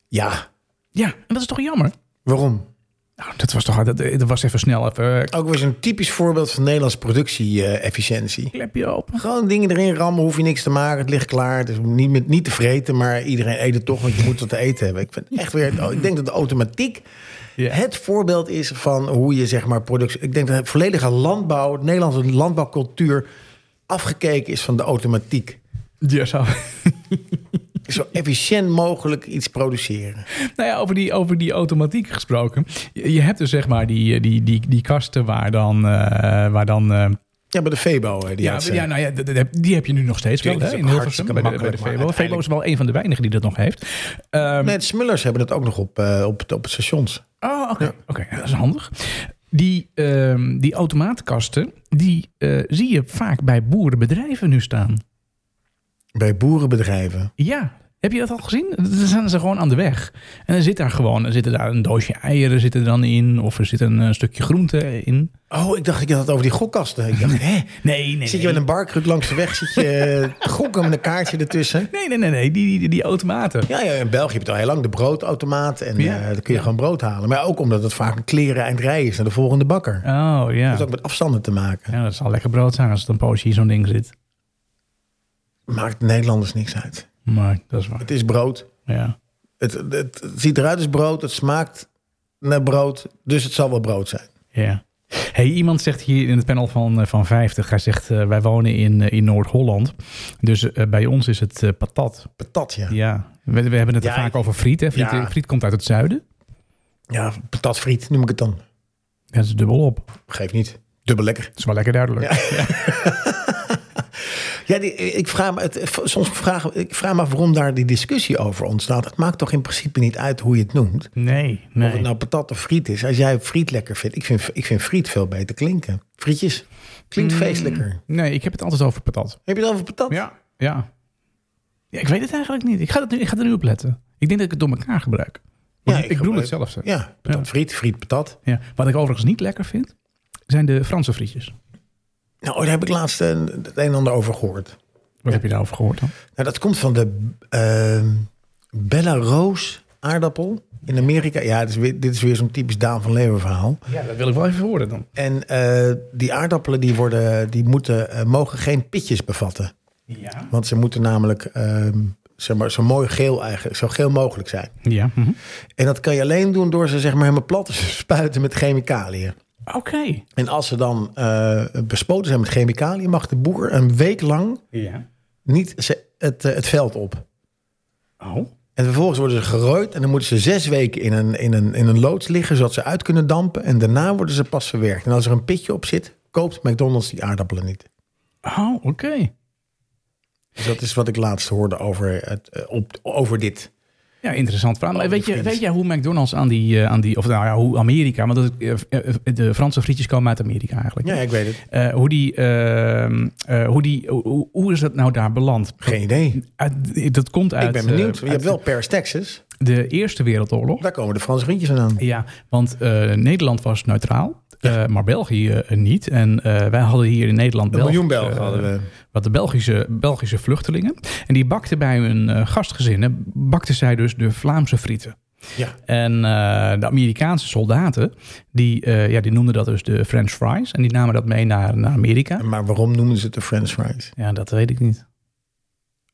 S3: Ja,
S2: Ja, en dat is toch jammer?
S3: waarom?
S2: Nou, dat was toch dat, dat was even snel even eh,
S3: Ook weer zo'n typisch voorbeeld van Nederlandse productie-efficiëntie.
S2: klepje open.
S3: Gewoon dingen erin rammen, hoef je niks te maken. Het ligt klaar. Het is niet, met, niet te vreten, maar iedereen eet het toch, want je moet wat te eten hebben. Ik, vind echt weer, oh, ik denk dat de automatiek
S2: Ja.
S3: het voorbeeld is van hoe je zeg maar productie. Ik denk dat het volledige landbouw, de Nederlandse landbouwcultuur, afgekeken is van de automatiek.
S2: Ja, zo.
S3: Zo efficiënt mogelijk iets produceren.
S2: Nou ja, over die, over die automatiek gesproken. Je, je hebt dus zeg maar die, eh, die, die, die kasten waar dan... eh, waar dan eh,
S3: Ja, bij de Febo. hè, Die
S2: ja,
S3: had ze.
S2: ja, nou ja, d- d- die heb je nu nog steeds wel.
S3: Tuurlijk,
S2: Hè,
S3: dat is
S2: in
S3: ook
S2: Hilversum, bij de, bij de
S3: hartstikke
S2: Febo.
S3: makkelijk, maar
S2: Febo is wel een van de weinigen die dat nog heeft. Ehm,
S3: Nee, de Smullers hebben het ook nog op, eh, op, het- op het stations.
S2: Oh, oké. Oké, ja, dat is handig. Die, ehm, die automaatkasten, die eh, zie je vaak bij boerenbedrijven nu staan.
S3: Bij boerenbedrijven.
S2: Ja, heb je dat al gezien? Dan staan ze gewoon aan de weg. En dan zit daar gewoon, er zitten daar een doosje eieren zitten er dan in. Of er zit een eh, stukje groente in.
S3: Oh, ik dacht ik had het over die gokkasten. Ik dacht, hè?
S2: Nee, nee,
S3: Zit je met een barkruk langs de weg, zit je eh, te gokken met een kaartje ertussen?
S2: Nee, nee, nee, nee. Die, die, die automaten.
S3: Ja, ja, in België heb je het al heel lang, de broodautomaat. En
S2: Ja.
S3: eh, daar kun je gewoon brood halen. Maar ook omdat het vaak een kleren eind rij is naar de volgende bakker. Het
S2: Oh, ja.
S3: heeft ook met afstanden te maken.
S2: ja. Dat zal lekker brood zijn als het een poosje hier zo'n ding zit.
S3: Maakt Nederlanders niks uit.
S2: Maar dat is waar.
S3: Het is brood.
S2: Ja.
S3: Het, het, het ziet eruit als brood, het smaakt naar brood. Dus het zal wel brood zijn.
S2: Ja. Hey, iemand zegt hier in het panel van, eh, van 50, hij zegt eh, wij wonen in, eh, in Noord-Holland, dus eh, bij ons is het eh, patat.
S3: Patat, ja.
S2: Ja, we, we hebben het
S3: Ja,
S2: er vaak
S3: ik-
S2: over friet, hè? Friet, eh,
S3: Ja.
S2: friet komt uit het zuiden,
S3: Ja, patatfriet noem ik het dan.
S2: dat is dubbel op. Dat
S3: Geef niet. Dubbel lekker.
S2: is wel lekker duidelijk. Ja,
S3: Ja, die, ik vraag me, het, soms vraag, ik vraag me af waarom daar die discussie over ontstaat. Het maakt toch in principe niet uit hoe je het noemt.
S2: Nee,
S3: Of het
S2: nee.
S3: nou patat of friet is. Als jij friet lekker vindt. Ik vind, ik vind friet veel beter klinken. Frietjes. Klinkt feestelijker.
S2: Nee, ik heb het altijd over patat.
S3: Heb je het over patat?
S2: Mm. Ja, ja. ja ik weet het eigenlijk niet. Ik ga, dat nu, ik ga er nu op letten. Ik denk dat ik het door elkaar gebruik. Want
S3: Ja,
S2: ik,
S3: ik
S2: bedoel het
S3: gebruik-
S2: zelf. zo.
S3: Ja, patat friet, friet patat.
S2: Ja. Wat ik overigens niet lekker vind, zijn de Franse frietjes.
S3: Nou, daar heb ik laatst eh, het een en ander over gehoord.
S2: Wat heb je daarover gehoord dan?
S3: Nou, dat komt van de ehm Bella Roos aardappel in Amerika. Ja, het is weer, dit is weer zo'n typisch Daan van Leeuwen verhaal.
S2: Ja, dat wil ik wel even horen dan.
S3: En eh, die aardappelen die worden, die moeten, eh, mogen geen pitjes bevatten.
S2: Ja.
S3: Want ze moeten namelijk ehm, zeg maar, zo mooi geel eigenlijk, zo geel mogelijk zijn.
S2: Ja. mhm.
S3: En dat kan je alleen doen door ze zeg maar helemaal plat te spuiten met chemicaliën.
S2: Oké.
S3: En als ze dan eh, bespoten zijn met chemicaliën, mag de boer een week lang
S2: Ja.
S3: niet ze- het, eh, het veld op.
S2: Oh.
S3: En vervolgens worden ze gerooid en dan moeten ze zes weken in een, in, een, in een loods liggen, zodat ze uit kunnen dampen. En daarna worden ze pas verwerkt. En als er een pitje op zit, koopt McDonald's die aardappelen niet.
S2: Oh, oké.
S3: Dus dat is wat ik laatst hoorde over, het, eh, op, over dit.
S2: Ja, interessant verhaal. Maar
S3: Oh,
S2: weet je,
S3: vriend.
S2: weet je hoe McDonald's aan die, eh, aan die of nou ja, hoe Amerika, want dat, eh, eh, de Franse frietjes komen uit Amerika eigenlijk.
S3: Ja, ik weet het.
S2: Eh, hoe die, ehm, eh, hoe die, hoe, hoe is dat nou daar beland?
S3: Geen idee.
S2: Uit- dat komt uit.
S3: ik ben benieuwd.
S2: eh,
S3: Je hebt
S2: uit
S3: wel Pers, Texas.
S2: de Eerste Wereldoorlog.
S3: Daar komen de Franse vriendjes vandaan.
S2: Ja, want eh, Nederland was neutraal, eh, maar België eh, niet. En eh, wij hadden hier in Nederland eh,
S3: Een miljoen
S2: Belgische,
S3: Belgen hadden we.
S2: wat de Belgische, Belgische vluchtelingen. En die bakten bij hun eh, gastgezinnen, bakten zij dus de Vlaamse frieten.
S3: Ja.
S2: En eh, de Amerikaanse soldaten, die, eh, ja, die noemden dat dus de French fries. En die namen dat mee naar, naar Amerika.
S3: Maar waarom noemen ze het de French fries?
S2: Ja, dat weet ik niet.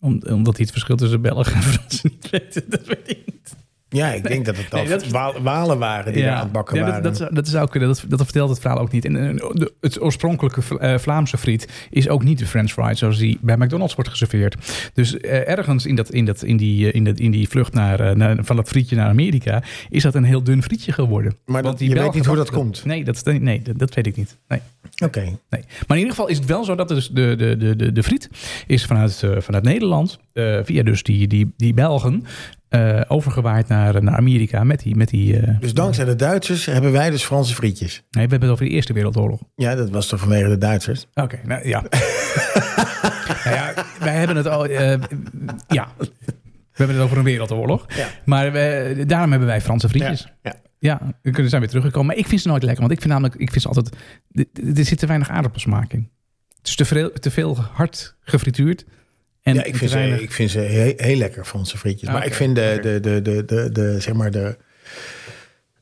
S2: Om, omdat hij het verschil tussen Belgen en Fransen niet weet. Dat weet ik niet.
S3: Ja, ik denk dat het dan
S2: Nee, dat-
S3: wa- walen waren die daar aan het bakken
S2: ja,
S3: waren.
S2: dat, dat, zou- dat zou kunnen. Dat, dat vertelt het verhaal ook niet. En, eh, de- het oorspronkelijke Vla- eh, Vlaamse friet is ook niet de French fries zoals die bij McDonald's wordt geserveerd. Dus eh, ergens in, dat, in, dat, in, die, eh, in, dat, in die vlucht naar, eh, naar- van dat frietje naar Amerika is dat een heel dun frietje geworden.
S3: Maar
S2: Want
S3: dat-
S2: die
S3: je weet
S2: Belgen
S3: niet hoe dat
S2: bakken
S3: komt.
S2: Nee, dat, nee dat, dat weet ik niet. Nee.
S3: Oké.
S2: Nee. Maar in ieder geval is het wel zo dat dus de, de, de, de, de friet is vanuit, eh, vanuit Nederland, eh, via dus die, die, die Belgen, eh, overgewaaid naar, naar Amerika met die... Met die eh,
S3: Dus dankzij de Duitsers hebben wij dus Franse frietjes.
S2: nee, we hebben het over de Eerste Wereldoorlog.
S3: Ja, dat was toch vanwege de Duitsers?
S2: Oké, nou ja. nou ja. Wij hebben het al... eh, ja, we hebben het over een wereldoorlog.
S3: Ja.
S2: Maar we- daarom hebben wij Franse
S3: Ja.
S2: frietjes.
S3: ja.
S2: Ja, we kunnen- zijn weer teruggekomen. Maar ik vind ze nooit lekker. Want ik vind namelijk, ik vind ze altijd. d- d- Er zit te weinig aardappelsmaak in. Het is te veel, te veel hard gefrituurd. En
S3: Ja, ik
S2: te
S3: vind, ze,
S2: weinig-
S3: ik vind ze heel, heel lekker, Franse frietjes.
S2: Ah,
S3: maar ik
S2: oké,
S3: vind de,
S2: oké.
S3: de, de, de, de, de, zeg maar de,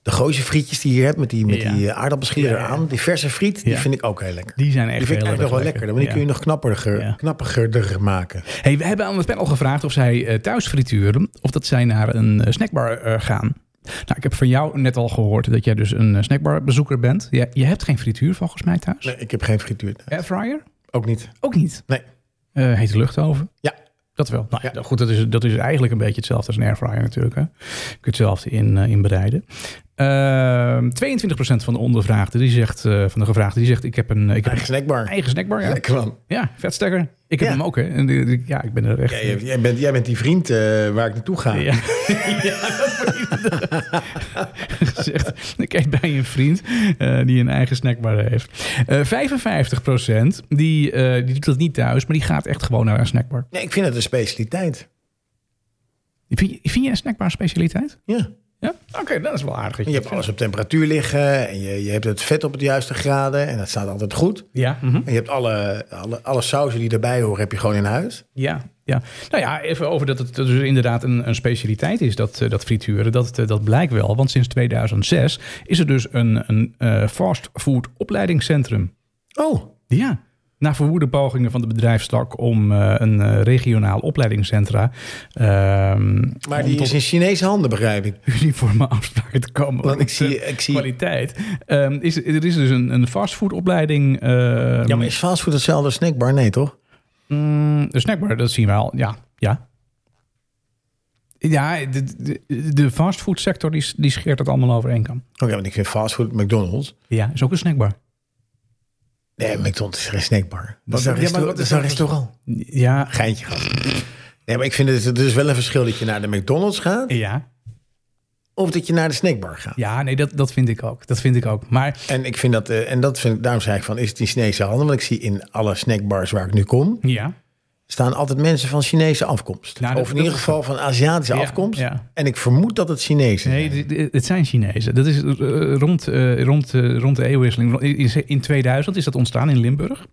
S3: de gooise frietjes die je hebt met die, met
S2: Ja.
S3: die eh, aardappelschier
S2: Ja, ja.
S3: eraan. Die verse friet, die
S2: Ja.
S3: vind ik ook heel lekker.
S2: die zijn echt
S3: Die vind ik
S2: heel
S3: eigenlijk nog wel
S2: erg
S3: lekker. Dan die
S2: Ja.
S3: kun je nog knapperiger,
S2: Ja.
S3: knapperiger maken.
S2: Hey, we hebben aan het panel gevraagd of zij eh, thuis frituren of dat zij naar een eh, snackbar eh, gaan. Nou, ik heb van jou net al gehoord dat jij dus een eh, snackbarbezoeker bent. Je, je hebt geen frituur volgens mij thuis.
S3: Nee, ik heb geen frituur. Nee,
S2: Airfryer?
S3: Ook niet.
S2: Ook niet.
S3: Nee.
S2: Eh hete luchthoven?
S3: Ja.
S2: Dat wel. Nou, ja.
S3: Ja.
S2: Goed, dat is, dat is eigenlijk een beetje hetzelfde als een airfryer natuurlijk. Hè? Je kunt hetzelfde in, eh, in bereiden. Ehm 22% van de ondervraagden, die zegt, eh, van de gevraagden, die zegt ik heb een, eh, ik heb
S3: Eigen
S2: een
S3: snackbar.
S2: eigen snackbar. Ja,
S3: Lekker man.
S2: ja vetstekker. Ik heb
S3: Ja.
S2: hem ook hè. En, die- die- ja, ik ben er echt...
S3: Jij, jij, bent, jij bent die vriend eh, waar ik naartoe ga.
S2: Ja, ja dat wordt inderdaad gezegd. Ik eet bij een vriend eh, die een eigen snackbar heeft. Eh 55% die, eh, die doet dat niet thuis, maar die gaat echt gewoon naar een snackbar.
S3: Nee, ik vind het een specialiteit.
S2: Vind je, vind je een snackbar een specialiteit?
S3: Ja.
S2: Ja? Oké, nou, dat is wel aardig. dat
S3: Je hebt
S2: dat
S3: alles
S2: vindt.
S3: op temperatuur liggen. En je, je hebt het vet op de juiste graden. En dat staat altijd goed.
S2: Ja, mhm.
S3: En je hebt alle, alle, alle sauzen die erbij horen, heb je gewoon in huis.
S2: ja, ja. Nou ja, even over dat het dat dus inderdaad een, een specialiteit is, dat, eh, dat frituren. Dat, eh, dat blijkt wel, want sinds 2006 is er dus een, een eh fast food opleidingscentrum.
S3: Oh,
S2: Ja. Na verwoede pogingen van de bedrijfstak om eh, een eh, regionaal opleidingscentra ehm,
S3: maar
S2: om
S3: die
S2: tot
S3: is in Chinese handen, begrijp ik.
S2: uniforme afspraken te komen.
S3: Want ik
S2: over
S3: zie,
S2: de
S3: ik zie
S2: kwaliteit. Ehm, is, er is dus een, een fastfoodopleiding. ehm,
S3: Ja, maar is fastfood hetzelfde als snackbar? Nee, toch?
S2: Mm, de snackbar, dat zien we al. Ja, ja. Ja, de, de, de fastfoodsector die, die scheert het allemaal over één kam.
S3: Oké, want ik vind fastfood McDonald's.
S2: Ja, is ook een snackbar.
S3: Nee, McDonald's is geen snackbar. Dat is
S2: ja,
S3: een,
S2: maar
S3: resta-
S2: wat
S3: dat is
S2: is
S3: een
S2: dat?
S3: restaurant.
S2: Ja,
S3: Geintje, gast. Nee, maar ik vind het, het is wel een verschil dat je naar de McDonald's gaat...
S2: ja,
S3: of dat je naar de snackbar gaat.
S2: ja nee, dat, dat vind ik ook. Dat vind ik ook. Maar
S3: En, ik vind dat, eh, en dat vind, daarom zei ik van, is het in Chinese handen? Want ik zie in alle snackbars waar ik nu kom...
S2: ja,
S3: staan altijd mensen van Chinese afkomst.
S2: Nou, dat-
S3: of in
S2: dat
S3: ieder
S2: is
S3: geval van Aziatische
S2: Ja,
S3: afkomst.
S2: ja.
S3: En ik vermoed dat het Chinees is.
S2: nee, d- d- het zijn Chinezen. Dat is eh, rond, eh, rond, eh, rond de eeuwwisseling. In- In 2000 is dat ontstaan in Limburg.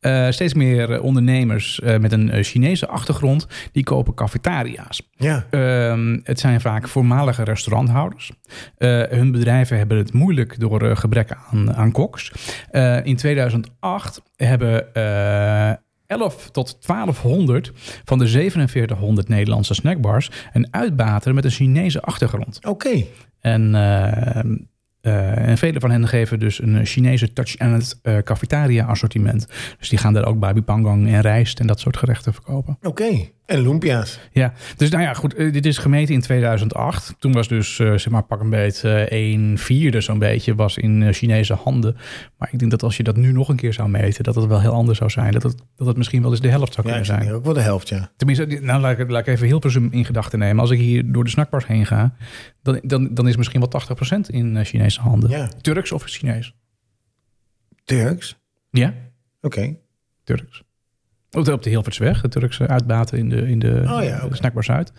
S2: Eh, steeds meer eh, ondernemers eh, met een eh, Chinese achtergrond... die kopen cafetaria's.
S3: ja.
S2: Ehm, het zijn vaak voormalige restauranthouders. Eh, hun bedrijven hebben het moeilijk door eh, gebrek aan, aan koks. Eh, in 2008 hebben eh 11 tot 1200 van de 4700 Nederlandse snackbars een uitbater met een Chinese achtergrond.
S3: Oké.
S2: En, eh, eh, en vele van hen geven dus een Chinese touch aan het eh, cafetaria assortiment. Dus die gaan daar ook babi pangang en rijst en dat soort gerechten verkopen.
S3: Oké. En lumpia's.
S2: Ja, dus nou ja, goed, eh, dit is gemeten in 2008. Toen was dus, eh, zeg maar, pak een beet, eh, een vierde zo'n beetje was in eh, Chinese handen. Maar ik denk dat als je dat nu nog een keer zou meten, dat het wel heel anders zou zijn. Dat het, dat het misschien wel eens de helft zou
S3: Ja,
S2: kunnen
S3: ik vind
S2: zijn.
S3: hier ook wel de helft, ja.
S2: Tenminste, die- nou, laat ik, laat ik even heel presum in gedachten nemen. Als ik hier door de snackbars heen ga, dan, dan, dan is misschien wel 80% in eh, Chinese handen.
S3: Ja.
S2: Turks of Chinees?
S3: Turks.
S2: Ja,
S3: Oké.
S2: Turks. Op de, op de Hilversweg, de Turkse uitbaten in de, in de,
S3: Oh ja,
S2: de
S3: oké.
S2: snackbar Zuid.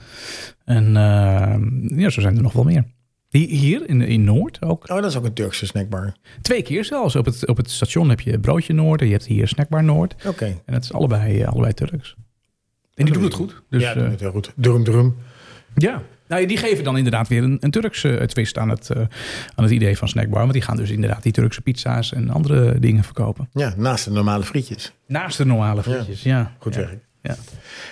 S2: En eh, ja, zo zijn er nog wel meer. Hi- Hier in, in Noord ook.
S3: Oh, dat is ook een Turkse snackbar.
S2: Twee keer zelfs. Op het, op het station heb je Broodje Noord en je hebt hier Snackbar Noord.
S3: Oké.
S2: En dat is allebei, eh, allebei Turks. En die doen het goed. Dus,
S3: ja,
S2: eh,
S3: dat is heel goed. Drum, drum.
S2: ja. Nou, die geven dan inderdaad weer een, een Turkse eh, twist aan het, eh, aan het idee van snackbar. Want die gaan dus inderdaad die Turkse pizza's en andere dingen verkopen.
S3: Ja, naast de normale frietjes.
S2: Naast de normale frietjes, ja.
S3: Goed
S2: ja.
S3: werk.
S2: Ja.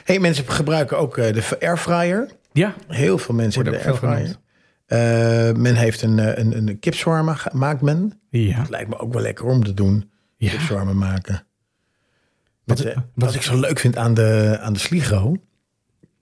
S3: Hey, mensen gebruiken ook eh, de airfryer.
S2: ja,
S3: Heel veel mensen
S2: Wordt
S3: hebben
S2: ook
S3: de
S2: veel
S3: airfryer. Eh, men heeft een, eh, een, een kipswarma ge- maakt men.
S2: ja.
S3: Het lijkt me ook wel lekker om te doen.
S2: Ja.
S3: Kipswarma maken. Met,
S2: Wat-
S3: eh, wat,
S2: wat-
S3: ik zo leuk vind aan de, aan de sligo,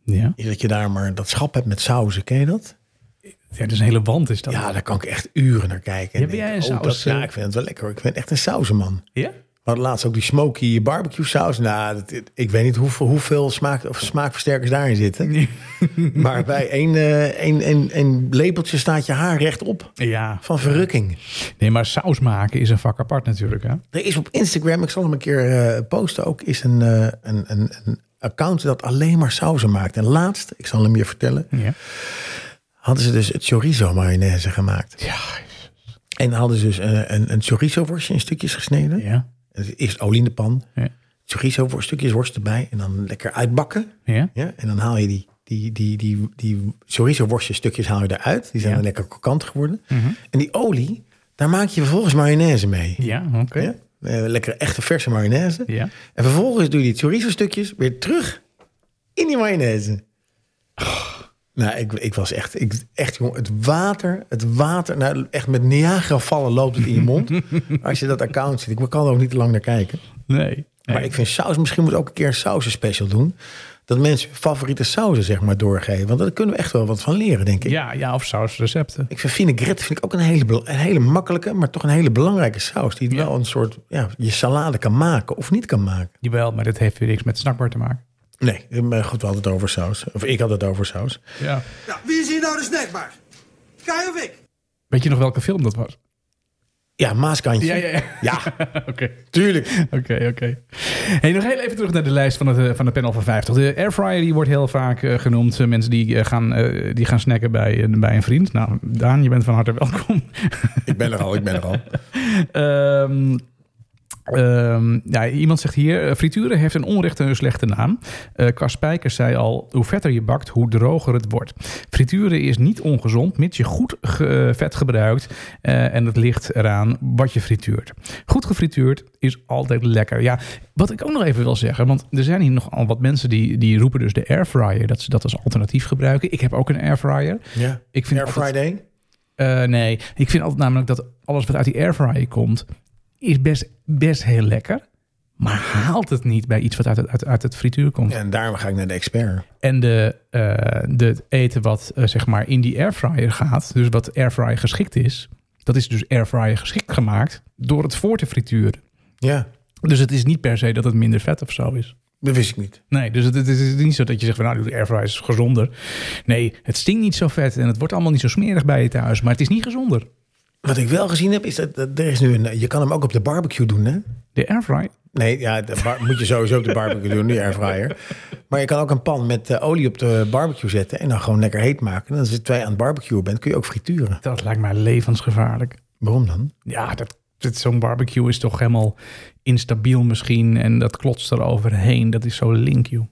S2: ja.
S3: is dat je daar maar dat schap hebt met sauzen. Ken je dat?
S2: Ja, dat is een hele wand is dat.
S3: Ja, daar kan ik echt uren naar kijken.
S2: Ja,
S3: En
S2: ben jij
S3: denken,
S2: een
S3: oh, dat-
S2: saus, eh?
S3: ja, ik vind het wel lekker. Ik ben echt een sauzenman.
S2: Ja?
S3: We hadden laatst ook die smoky barbecue saus. Nou, dat- ik weet niet hoeveel, hoeveel smaak, of smaakversterkers daarin zitten. Maar bij één, eh, één, één, één lepeltje staat je haar rechtop.
S2: Ja.
S3: Van verrukking.
S2: Nee, maar saus maken is een vak apart natuurlijk, hè?
S3: Er is op Instagram, ik zal hem een keer eh, posten ook, is een, eh, een, een, een account dat alleen maar sauzen maakt. En laatst, ik zal hem je vertellen,
S2: Ja.
S3: hadden ze dus het chorizo mayonaise gemaakt.
S2: Ja.
S3: En hadden ze dus eh, een, een chorizo worstje in stukjes gesneden.
S2: Ja.
S3: Dus Eerst olie in de pan,
S2: Ja.
S3: chorizo worst, stukjes worst erbij en dan lekker uitbakken.
S2: Ja.
S3: Ja, en dan haal je die, die, die, die, die chorizo worstjes stukjes haal je eruit. Die zijn
S2: Ja. Mhm.
S3: dan lekker krokant geworden. En die olie, daar maak je vervolgens mayonaise mee.
S2: Ja, oké.
S3: Ja? Eh, lekkere echte verse mayonaise.
S2: Ja.
S3: En vervolgens doe je die chorizo stukjes weer terug in die mayonaise. Nou, ik, ik was echt, ik, echt jong, het water, het water, nou echt met Niagara vallen loopt het in je mond. Als je dat account ziet, ik kan er ook niet te lang naar kijken.
S2: Nee.
S3: Maar ik vind saus, misschien moet ook een keer een sausen special doen. Dat mensen hun favoriete sausen zeg maar doorgeven. Want daar kunnen we echt wel wat van leren, denk ik.
S2: Ja, ja, of sausrecepten.
S3: Ik vind vinaigrette vind ik ook een hele, bel- een hele makkelijke, maar toch een hele belangrijke saus. Die het
S2: Ja.
S3: wel een soort, ja, je salade kan maken of niet kan maken.
S2: Jawel, maar dit heeft weer niks met snackbar te maken.
S3: Nee, maar goed, we hadden het over saus. Of ik had het over saus.
S2: Ja.
S1: Ja, wie is hier nou de snackbar? Kai of ik?
S2: Weet je nog welke film dat was?
S3: Ja, maaskantje.
S2: Ja, ja, ja.
S3: Ja,
S2: Oké.
S3: tuurlijk.
S2: Oké, oké. Hey, nog heel even terug naar de lijst van het, eh, van het panel van 50. De airfryer die wordt heel vaak eh, genoemd. Eh, mensen die, eh, gaan, eh, die gaan snacken bij, een- bij een vriend. Nou, Daan, je bent van harte welkom.
S3: Ik ben er al, ik ben er al.
S2: Ehm, ehm, ja, iemand zegt hier, eh, frituren heeft een onrechte en een slechte naam. Eh Cas Spijkers zei al, hoe vetter je bakt, hoe droger het wordt. Frituren is niet ongezond, mits je goed ge- eh, vet gebruikt. eh, en het ligt eraan wat je frituurt. Goed gefrituurd is altijd lekker. Ja, wat ik ook nog even wil zeggen, want er zijn hier nogal wat mensen die, die roepen dus de airfryer, dat ze dat als alternatief gebruiken. Ik heb ook een airfryer.
S3: Ja.
S2: Ik vind
S3: Air
S2: altijd-
S3: Friday.
S2: eh, nee, ik vind altijd namelijk dat alles wat uit die airfryer komt, is best, best heel lekker. Maar haalt het niet bij iets wat uit het, uit, uit het frituur komt.
S3: En daarom ga ik naar de expert.
S2: En de, eh, de het eten wat eh, zeg maar in die airfryer gaat, dus wat airfryer geschikt is, dat is dus airfryer geschikt gemaakt door het voor te frituren.
S3: Ja,
S2: Dus het is niet per se dat het minder vet of zo is.
S3: dat wist ik niet.
S2: Nee, dus het, het is niet zo dat je zegt van nou, de airfryer is gezonder. Nee, het stinkt niet zo vet en het wordt allemaal niet zo smerig bij je thuis, maar het is niet gezonder.
S3: Wat ik wel gezien heb, is dat, dat er is nu een... Je kan hem ook op de barbecue doen, hè?
S2: De airfryer
S3: Nee, ja, dat bar- moet je sowieso op de barbecue doen, die airfryer. Maar je kan ook een pan met eh, olie op de barbecue zetten... en dan gewoon lekker heet maken. En als je twee aan het barbecue bent, kun je ook frituren.
S2: Dat lijkt mij levensgevaarlijk.
S3: Waarom dan?
S2: Ja, dat, dat, zo'n barbecue is toch helemaal instabiel misschien. En dat klotst er overheen. Dat is zo link, joh.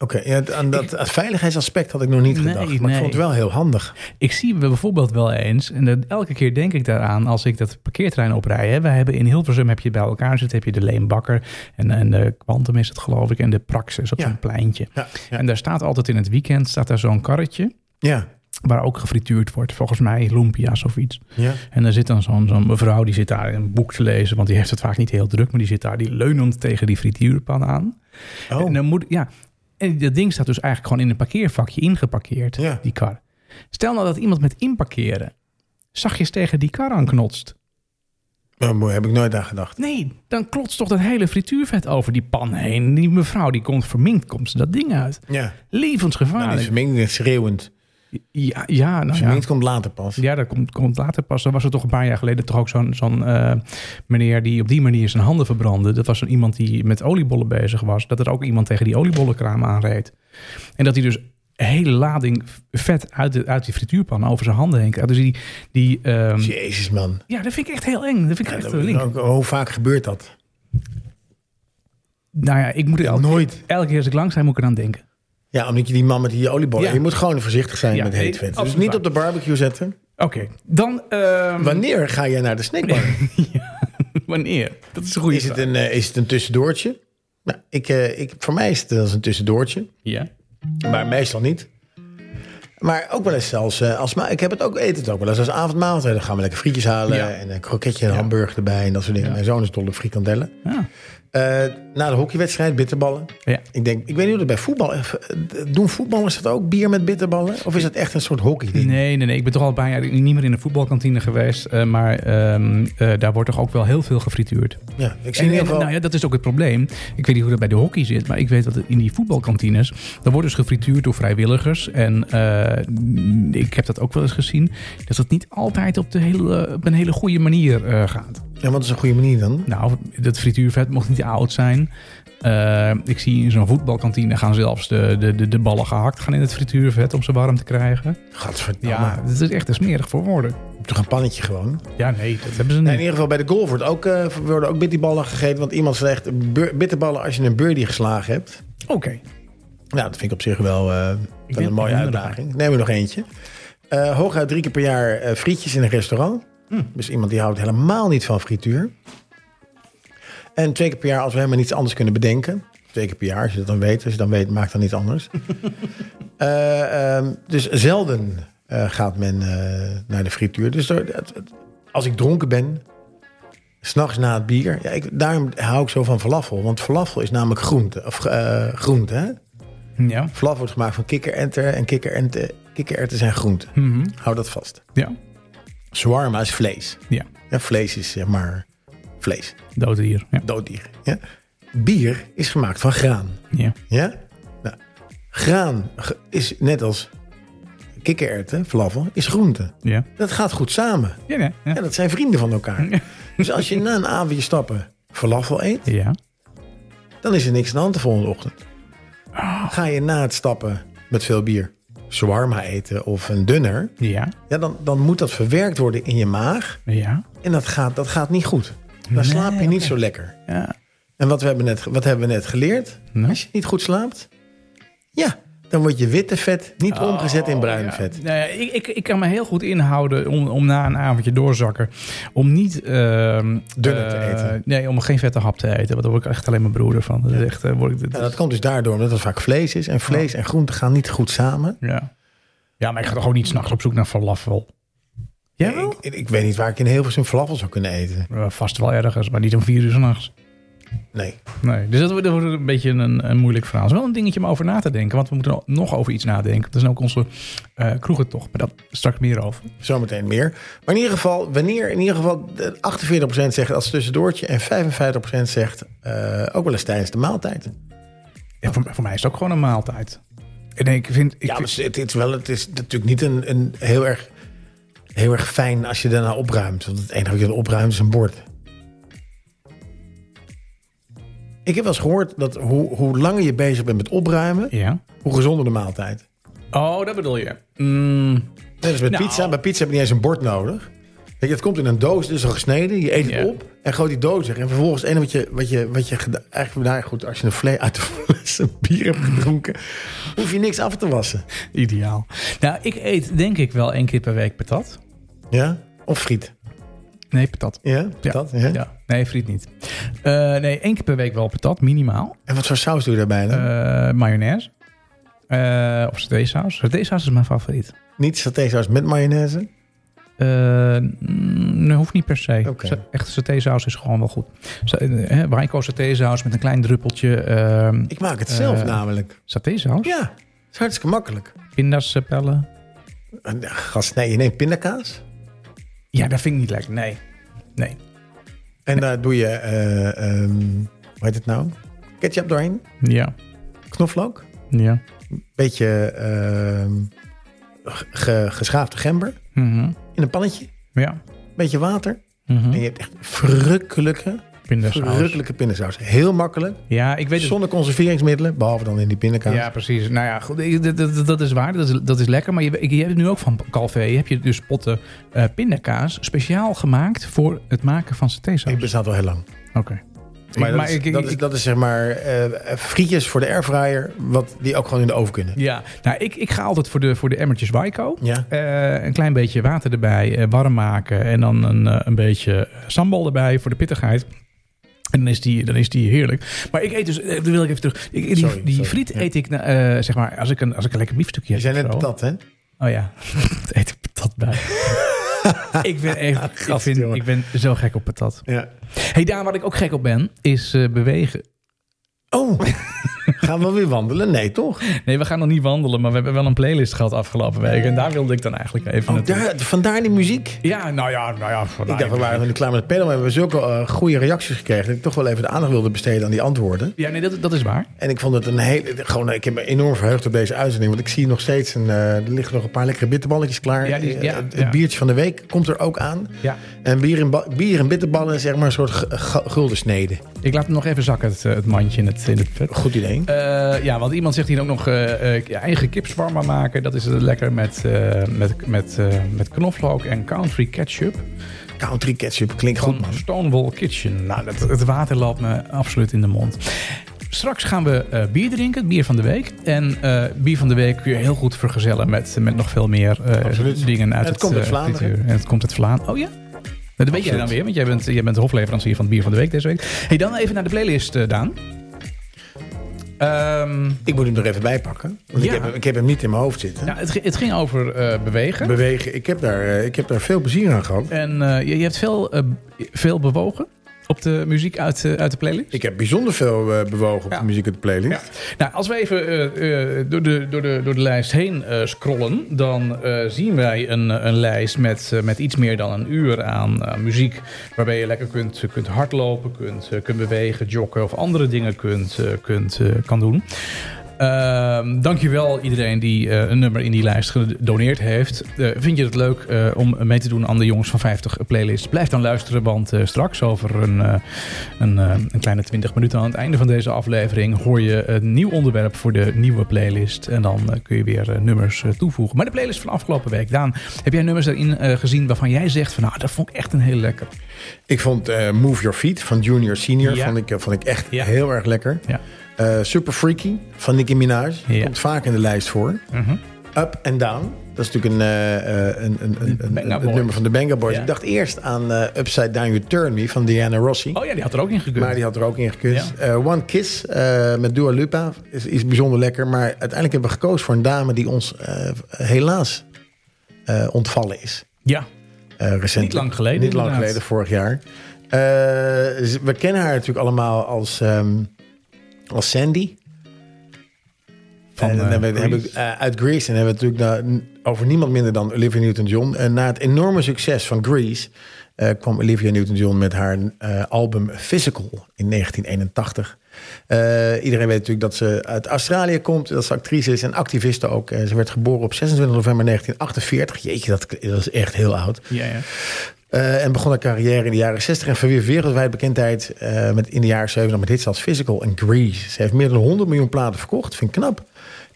S3: Oké, ja, aan dat veiligheidsaspect had ik nog niet
S2: Nee,
S3: gedacht. Maar
S2: nee.
S3: ik vond het wel heel handig.
S2: Ik zie bijvoorbeeld wel eens, en dat- elke keer denk ik daaraan als ik dat parkeerterrein oprij. Hè. Wij hebben in Hilversum heb je bij elkaar zitten, heb je de Leenbakker en, en de Quantum is het geloof ik. En de Praxis op
S3: Ja.
S2: zo'n pleintje.
S3: Ja, ja.
S2: En daar staat altijd in het weekend staat daar zo'n karretje
S3: Ja,
S2: waar ook gefrituurd wordt. Volgens mij lumpia's of iets.
S3: ja.
S2: En er zit dan zo'n zo'n mevrouw, die zit daar een boek te lezen, want die heeft het vaak niet heel druk, maar die zit daar die leunend tegen die frituurpan aan. En
S3: Oh,
S2: dan moet, ja, en dat ding staat dus eigenlijk gewoon in een parkeervakje ingeparkeerd,
S3: Ja.
S2: die kar. Stel nou dat iemand met inparkeren zachtjes tegen die kar aan knotst.
S3: daar heb ik nooit aan gedacht.
S2: Nee, dan klotst toch dat hele frituurvet over die pan heen. Die mevrouw die komt verminkt, komt ze dat ding uit.
S3: Ja, nou, die
S2: Levensgevaarlijk.
S3: vermenging is schreeuwend.
S2: ja, ja, nou Ah, ja.
S3: Vermengd komt later pas.
S2: Ja, dat komt, komt later pas. Dan was er toch een paar jaar geleden toch ook zo'n zo'n eh, meneer die op die manier zijn handen verbrandde. Dat was zo'n iemand die met oliebollen bezig was. Dat er ook iemand tegen die oliebollenkraam aanreed. En dat hij dus een hele lading vet uit, de, uit die frituurpan over zijn handen heen kreeg. Dus die, die ehm,
S3: Jezus, man.
S2: ja, dat vind ik echt heel eng. Dat vind ik echt een link.
S3: Ook- Hoe vaak gebeurt dat?
S2: Nou ja, ik moet er elke,
S3: Nooit.
S2: elke keer als ik langs zijn moet ik eraan denken.
S3: Ja, omdat je die man met die oliebollen...
S2: Ja.
S3: Je moet gewoon voorzichtig zijn
S2: Ja,
S3: met
S2: nee,
S3: heet vet. Dus
S2: absoluut
S3: niet
S2: waar.
S3: op de barbecue zetten.
S2: Oké, dan ehm,
S3: Wanneer ga je naar de snackbar?
S2: wanneer? Dat is een goede
S3: Is het
S2: vraag.
S3: een, eh, is het een tussendoortje? Nou, ik, eh, ik, voor mij is het als een tussendoortje.
S2: Ja.
S3: Maar meestal niet. Maar ook wel eens zelfs eh, als ma- ik heb het ook eet het ook wel eens als avondmaaltijd. Dan gaan we lekker frietjes halen
S2: Ja.
S3: en een kroketje en hamburger erbij en dat soort dingen. Mijn zoon is dol op frikandellen.
S2: Ja.
S3: Eh, na de hockeywedstrijd bitterballen.
S2: Ja.
S3: Ik denk, ik weet niet hoe dat bij voetbal. eh, Doen voetballers dat ook bier met bitterballen? Of is dat echt een soort hockey ding?
S2: Nee, nee, nee. Ik ben toch al een paar jaar niet meer in de voetbalkantine geweest. eh, maar ehm, eh, daar wordt toch ook wel heel veel gefrituurd.
S3: Ja, ik zie
S2: En,
S3: in
S2: en,
S3: ieder geval.
S2: nou ja, dat is ook het probleem. Ik weet niet hoe dat bij de hockey zit, maar ik weet dat het in die voetbalkantines... daar wordt dus gefrituurd door vrijwilligers. En eh, ik heb dat ook wel eens gezien... dat het niet altijd op, de hele, op een hele goede manier eh, gaat.
S3: Ja, wat is een goede manier dan?
S2: Nou, dat frituurvet mocht niet te oud zijn. Eh, ik zie in zo'n voetbalkantine gaan zelfs de, de, de, de ballen gehakt gaan in het frituurvet... om ze warm te krijgen.
S3: Gadverdamme.
S2: Ja,
S3: Ja.
S2: dat is echt te smerig voor woorden.
S3: Toch een pannetje gewoon.
S2: Ja, nee, dat hebben ze
S3: Nee, in
S2: niet.
S3: ieder geval bij de golf wordt ook, eh, worden ook bitterballen gegeten. Want iemand zegt bur- bitterballen als je een birdie geslagen hebt.
S2: Oké.
S3: Nou, dat vind ik op zich wel, eh, wel
S2: ben-
S3: een mooie
S2: ik ben
S3: uitdaging. Neem er nog eentje. Eh, hooguit drie keer per jaar eh, frietjes in een restaurant. Dus iemand die houdt helemaal niet van frituur. En twee keer per jaar als we helemaal niets anders kunnen bedenken. Twee keer per jaar, als je dat dan weet. Als je dan weet, maakt dan niet anders. Eh, ehm, dus zelden eh, gaat men eh, naar de frituur. Dus er- het- het- als ik dronken ben, s'nachts na het bier. Ja, ik, daarom hou ik zo van falafel. Want falafel is namelijk groente. Of, eh, groente hè?
S2: Ja.
S3: Vlaf wordt gemaakt van kikkererwten en kikkererwten, kikkererwten zijn groenten. Hou dat vast.
S2: Ja.
S3: Shawarma is vlees.
S2: Ja.
S3: Ja, vlees is zeg maar vlees,
S2: Dode dier. Ja.
S3: dooddier. Ja? Bier is gemaakt van graan.
S2: ja.
S3: Ja? Nou, graan ge- is net als kikkererwten, flavel, is groente.
S2: Ja.
S3: Dat gaat goed samen.
S2: Ja, nee, ja.
S3: Ja, dat zijn vrienden van elkaar. Dus als je na een avondje stappen falafel eet,
S2: Ja.
S3: dan is er niks aan de hand de volgende ochtend. Ga je na het stappen met veel bier shawarma eten of een dunner...
S2: Ja.
S3: Ja, dan, dan moet dat verwerkt worden in je maag.
S2: Ja.
S3: En dat gaat, dat gaat niet goed. Dan slaap je niet zo lekker.
S2: Ja.
S3: En wat, we hebben, net, wat hebben we net geleerd?
S2: Nou.
S3: Als je niet goed slaapt, ja, dan wordt je witte vet niet omgezet in bruin vet.
S2: Nou Oh, ja, ik, ik, ik kan me heel goed inhouden om, om na een avondje doorzakken. Om niet... ehm,
S3: Dunner te
S2: eh,
S3: eten.
S2: Nee, om geen vette hap te eten. Want daar word ik echt alleen mijn broeder van. Dat is echt... eh, word ik, dat
S3: Ja,
S2: is-
S3: dat komt dus daardoor omdat het vaak vlees is. En vlees
S2: Oh.
S3: en groente gaan niet goed samen.
S2: ja. ja, maar ik ga toch ook niet s'nachts op zoek naar falafel. Jij wel?
S3: Ik, ik weet niet waar ik in heel veel falafel zou kunnen eten.
S2: Eh, vast wel ergens, maar niet om vier uur s'nachts.
S3: Nee.
S2: Nee, dus dat wordt, dat wordt een beetje een, een moeilijk verhaal. Het is wel een dingetje om over na te denken, want we moeten nog over iets nadenken. Dat is ook onze eh kroegentocht, maar dat straks meer over.
S3: Zometeen meer. Maar in ieder geval, wanneer in ieder geval eh, 48% zegt als tussendoortje en 55% zegt eh, ook wel eens tijdens de maaltijd.
S2: Ja, voor, voor mij is het ook gewoon een maaltijd. En ik vind, ik
S3: ja, maar
S2: vind-
S3: het, het is wel, het is natuurlijk niet een, een heel, erg, heel erg fijn als je daarna opruimt. Want het enige wat je dan opruimt is een bord. Ik heb wel eens gehoord dat hoe, hoe langer je bezig bent met opruimen,
S2: ja.
S3: hoe gezonder de maaltijd.
S2: Oh, dat bedoel je. Mm,
S3: Net als dus met
S2: Nou.
S3: pizza. Bij pizza heb je niet eens een bord nodig. Weet je, het komt in een doos, dus al gesneden. Je eet het
S2: Ja.
S3: op en gooit die doos weg. En vervolgens het enige wat je, wat je, wat je geda- eigenlijk nou ja, goed, als je een vlees uit de fles een bier hebt gedronken, hoef je niks af te wassen.
S2: ideaal. Nou, ik eet denk ik wel één keer per week patat.
S3: Ja? Of friet.
S2: Nee, patat.
S3: Ja,
S2: Ja,
S3: dat. Ja.
S2: ja. Nee, friet niet. Eh, nee, één keer per week wel patat, minimaal.
S3: En wat voor saus doe je daarbij dan?
S2: Eh, mayonaise. Eh, of satésaus. Satésaus is mijn favoriet.
S3: Niet satésaus met mayonaise?
S2: Eh, mm, nee, hoeft niet per se.
S3: Oké.
S2: Sa- Echte satésaus is gewoon wel goed. Sa- eh, hè, Waiko satésaus met een klein druppeltje ehm
S3: Ik maak het zelf
S2: Eh.
S3: namelijk.
S2: satésaus.
S3: Ja, dat is hartstikke makkelijk.
S2: Pindas eh, pellen.
S3: En, ja, Gast, nee, je neemt pindakaas.
S2: Ja, dat vind ik niet lekker. Nee. Nee.
S3: En daar doe je, eh, ehm, hoe heet het nou? Ketchup doorheen,
S2: Ja.
S3: knoflook,
S2: Ja.
S3: beetje ehm, g- ge- geschaafde gember
S2: Mhm.
S3: in een pannetje,
S2: Ja.
S3: beetje water.
S2: Mhm.
S3: En je hebt echt verrukkelijke,
S2: Pindasaus.
S3: verrukkelijke pindasaus. Heel makkelijk,
S2: Ja, ik weet het.
S3: zonder conserveringsmiddelen, behalve dan in die pindakaas.
S2: Ja, precies. Nou ja, goed, ik- dat, dat, dat is waar. Dat is, dat is lekker. Maar je, je hebt nu ook van Calvé. Heb je dus potten eh pindakaas speciaal gemaakt voor het maken van satésaus.
S3: Ik bestaat al heel lang.
S2: Oké.
S3: Maar, dat,
S2: Ehm, maar
S3: is,
S2: ik- ik-
S3: dat, is,
S2: ik-
S3: dat is zeg maar eh, frietjes voor de airfryer, wat die ook gewoon in de oven kunnen.
S2: Ja, nou, ik, ik ga altijd voor de, voor de emmertjes Waiko.
S3: Ja.
S2: Eh, een klein beetje water erbij, eh, warm maken en dan een, eh, een beetje sambal erbij voor de pittigheid. En dan is, die, dan is die heerlijk. Maar ik eet dus, eh, dan wil ik even terug. Ik, die
S3: Sorry,
S2: die
S3: sorry.
S2: friet
S3: Ja.
S2: eet ik, eh, zeg maar, als ik een, als ik een lekker biefstukje
S3: Je
S2: heb.
S3: zijn
S2: of
S3: net
S2: zo.
S3: patat, hè?
S2: Oh ja, het eet er patat bij. ik ben echt, ik,
S3: Gast,
S2: vind,
S3: jongen.
S2: ik ben zo gek op patat.
S3: Ja.
S2: hey, daar waar ik ook gek op ben, is eh, bewegen.
S3: Oh, gaan we weer wandelen? Nee, toch?
S2: Nee, we gaan nog niet wandelen, maar we hebben wel een playlist gehad afgelopen week. En daar wilde ik dan eigenlijk even
S3: Oh,
S2: naartoe.
S3: daar, vandaar die muziek.
S2: Ja, nou ja, nou ja. voor-
S3: Ik dacht, we
S2: nou,
S3: waren nu klaar met het panel, maar we hebben zulke eh, goede reacties gekregen... dat ik toch wel even de aandacht wilde besteden aan die antwoorden.
S2: Ja, nee, dat, dat is waar.
S3: En ik vond het een hele... Gewoon, eh, ik heb me enorm verheugd op deze uitzending, want ik zie nog steeds... Een, eh, er liggen nog een paar lekkere bitterballetjes klaar.
S2: Ja, die- ja,
S3: Eh, het,
S2: ja.
S3: het biertje van de week komt er ook aan.
S2: Ja.
S3: En bier en, ba- bier en bitterballen is zeg maar een soort g- g- guldensnede.
S2: Ik laat hem nog even zakken, het, eh, het mandje in het, in het vet.
S3: Goed idee.
S2: Eh, ja, want iemand zegt hier ook nog eh, eh, je eigen kipswarma maken. Dat is eh, lekker met, eh, met, met, eh, met knoflook en country ketchup.
S3: Country ketchup klinkt goed, man.
S2: Eh. Van Stonewall Kitchen. Nou, dat, het water loopt me absoluut in de mond. Straks gaan we eh, bier drinken, het bier van de week. En eh, bier van de week kun je heel goed vergezellen met, met nog veel meer eh,
S3: Absoluut.
S2: dingen uit
S3: En het komt uit
S2: eh,
S3: Vlaanderen.
S2: frituur. En het komt uit Vlaanderen. Oh ja? Nou, Dat weet jij dan weer, want jij bent, jij bent de hofleverancier van het bier van de week deze week. hey, dan even naar de playlist, eh, Daan. Ehm,
S3: Ik moet hem er even bij pakken. Want
S2: Ja.
S3: ik, heb hem, ik heb hem niet in mijn hoofd zitten.
S2: nou, het, ging- het ging over eh, bewegen.
S3: Bewegen. Ik heb, daar, eh, ik heb daar veel plezier aan gehad.
S2: en eh, je, je hebt veel, eh, veel bewogen op de muziek uit, eh, uit de playlist.
S3: Ik heb bijzonder veel eh, bewogen op
S2: Ja.
S3: de muziek uit de playlist.
S2: Ja. Nou, als we even eh, eh, door, de, door, de, door de lijst heen eh, scrollen, dan eh, zien wij een, eh, een lijst met, eh, met iets meer dan een uur aan eh, muziek. Waarbij je lekker kunt, eh, kunt hardlopen, kunt, eh, kunt bewegen, joggen of andere dingen kunt, eh, kunt, eh, kan doen. Ehm dankjewel iedereen die eh, een nummer in die lijst gedoneerd heeft. Eh, vind je het leuk eh, om mee te doen aan de Jongens van 50 playlist? Blijf dan luisteren, want eh, straks over een, eh, een, eh, een kleine 20 minuten aan het einde van deze aflevering hoor je een nieuw onderwerp voor de nieuwe playlist. En dan eh, kun je weer eh, nummers eh, toevoegen. Maar de playlist van afgelopen week, Daan, heb jij nummers daarin eh, gezien waarvan jij zegt van nou, dat vond ik echt een heel lekker.
S3: Ik vond eh, Move Your Feet van Junior Senior
S2: Ja.
S3: vond, ik, eh, vond ik echt
S2: Ja.
S3: heel erg lekker.
S2: Ja.
S3: Eh, Super Freaky van Nicki Minaj.
S2: Ja.
S3: Komt vaak in de lijst voor.
S2: Mhm.
S3: Up and Down. Dat is natuurlijk een, eh, eh, een, een, een, een-
S2: Banga
S3: het
S2: Boys.
S3: nummer van de Banga Boys.
S2: Ja.
S3: Ik dacht eerst aan eh, Upside Down You Turn Me van Diana Rossi.
S2: Oh ja, die had er ook in gekund.
S3: Maar die had er ook in gekust. Eh, One Kiss eh, met Dua Lipa is, is bijzonder lekker. Maar uiteindelijk hebben we gekozen voor een dame die ons eh, helaas eh, ontvallen is.
S2: Ja,
S3: Eh, recentelijk.
S2: Niet lang geleden,
S3: Niet lang
S2: inderdaad.
S3: geleden, vorig jaar. Eh, ze- we kennen haar natuurlijk allemaal als, ehm, als Sandy.
S2: van,
S3: en, dan
S2: eh,
S3: hebben we- hebben
S2: Grease.
S3: we, eh, uit Grease. En hebben we natuurlijk nou, n- over niemand minder dan Olivia Newton-John. En na het enorme succes van Grease... eh, kwam Olivia Newton-John met haar eh, album Physical in 1981. Eh, iedereen weet natuurlijk dat ze uit Australië komt. Dat ze actrice is en activiste ook. Eh, ze werd geboren op 26 november 1948. Jeetje, dat, dat is echt heel oud.
S2: Ja, ja.
S3: Eh, en begon haar carrière in de jaren 60 en verwierf wereldwijd bekendheid eh, met, in de jaren 70 met hits als Physical en Grease. Ze heeft meer dan 100 miljoen platen verkocht, vind ik knap.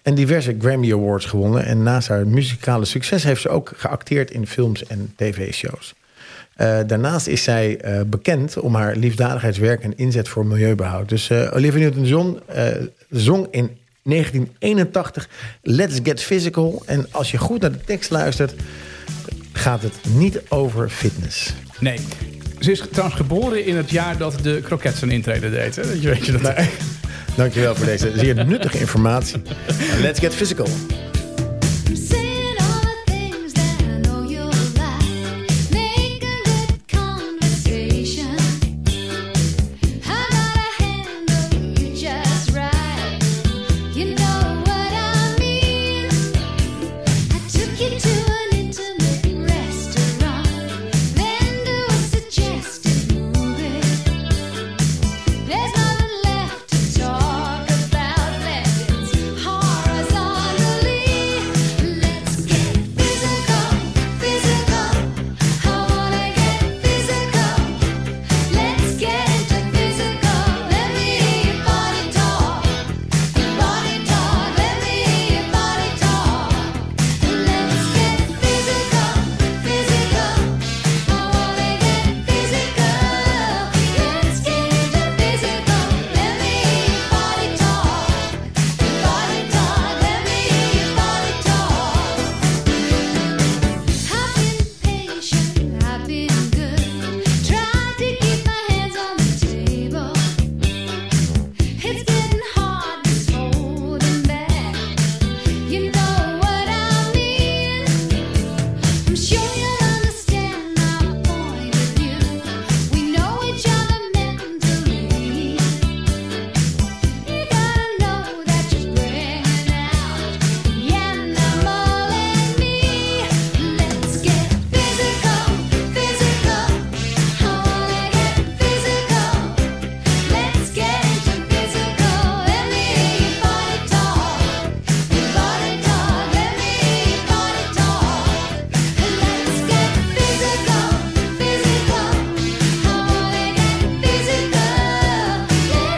S3: En diverse Grammy Awards gewonnen. En naast haar muzikale succes heeft ze ook geacteerd in films en tv-shows. Eh, daarnaast is zij eh, bekend om haar liefdadigheidswerk en inzet voor milieubehoud. Dus eh, Olivia Newton-John eh, zong in 1981 Let's Get Physical. En als je goed naar de tekst luistert, gaat het niet over fitness.
S2: Nee. Ze is trouwens geboren in het jaar dat de Croquettes een intrede deed. Hè? Dat je weet je dat.
S3: Dankjewel voor deze zeer nuttige informatie. Let's get physical.
S4: I'm saying all the things that I know you'll like. Make a good conversation. How about I handle you just right? You know what I mean. I took you to an intimate restaurant, then to a suggested movie. There's nothing left to talk about. Let's horizontally
S1: nou nou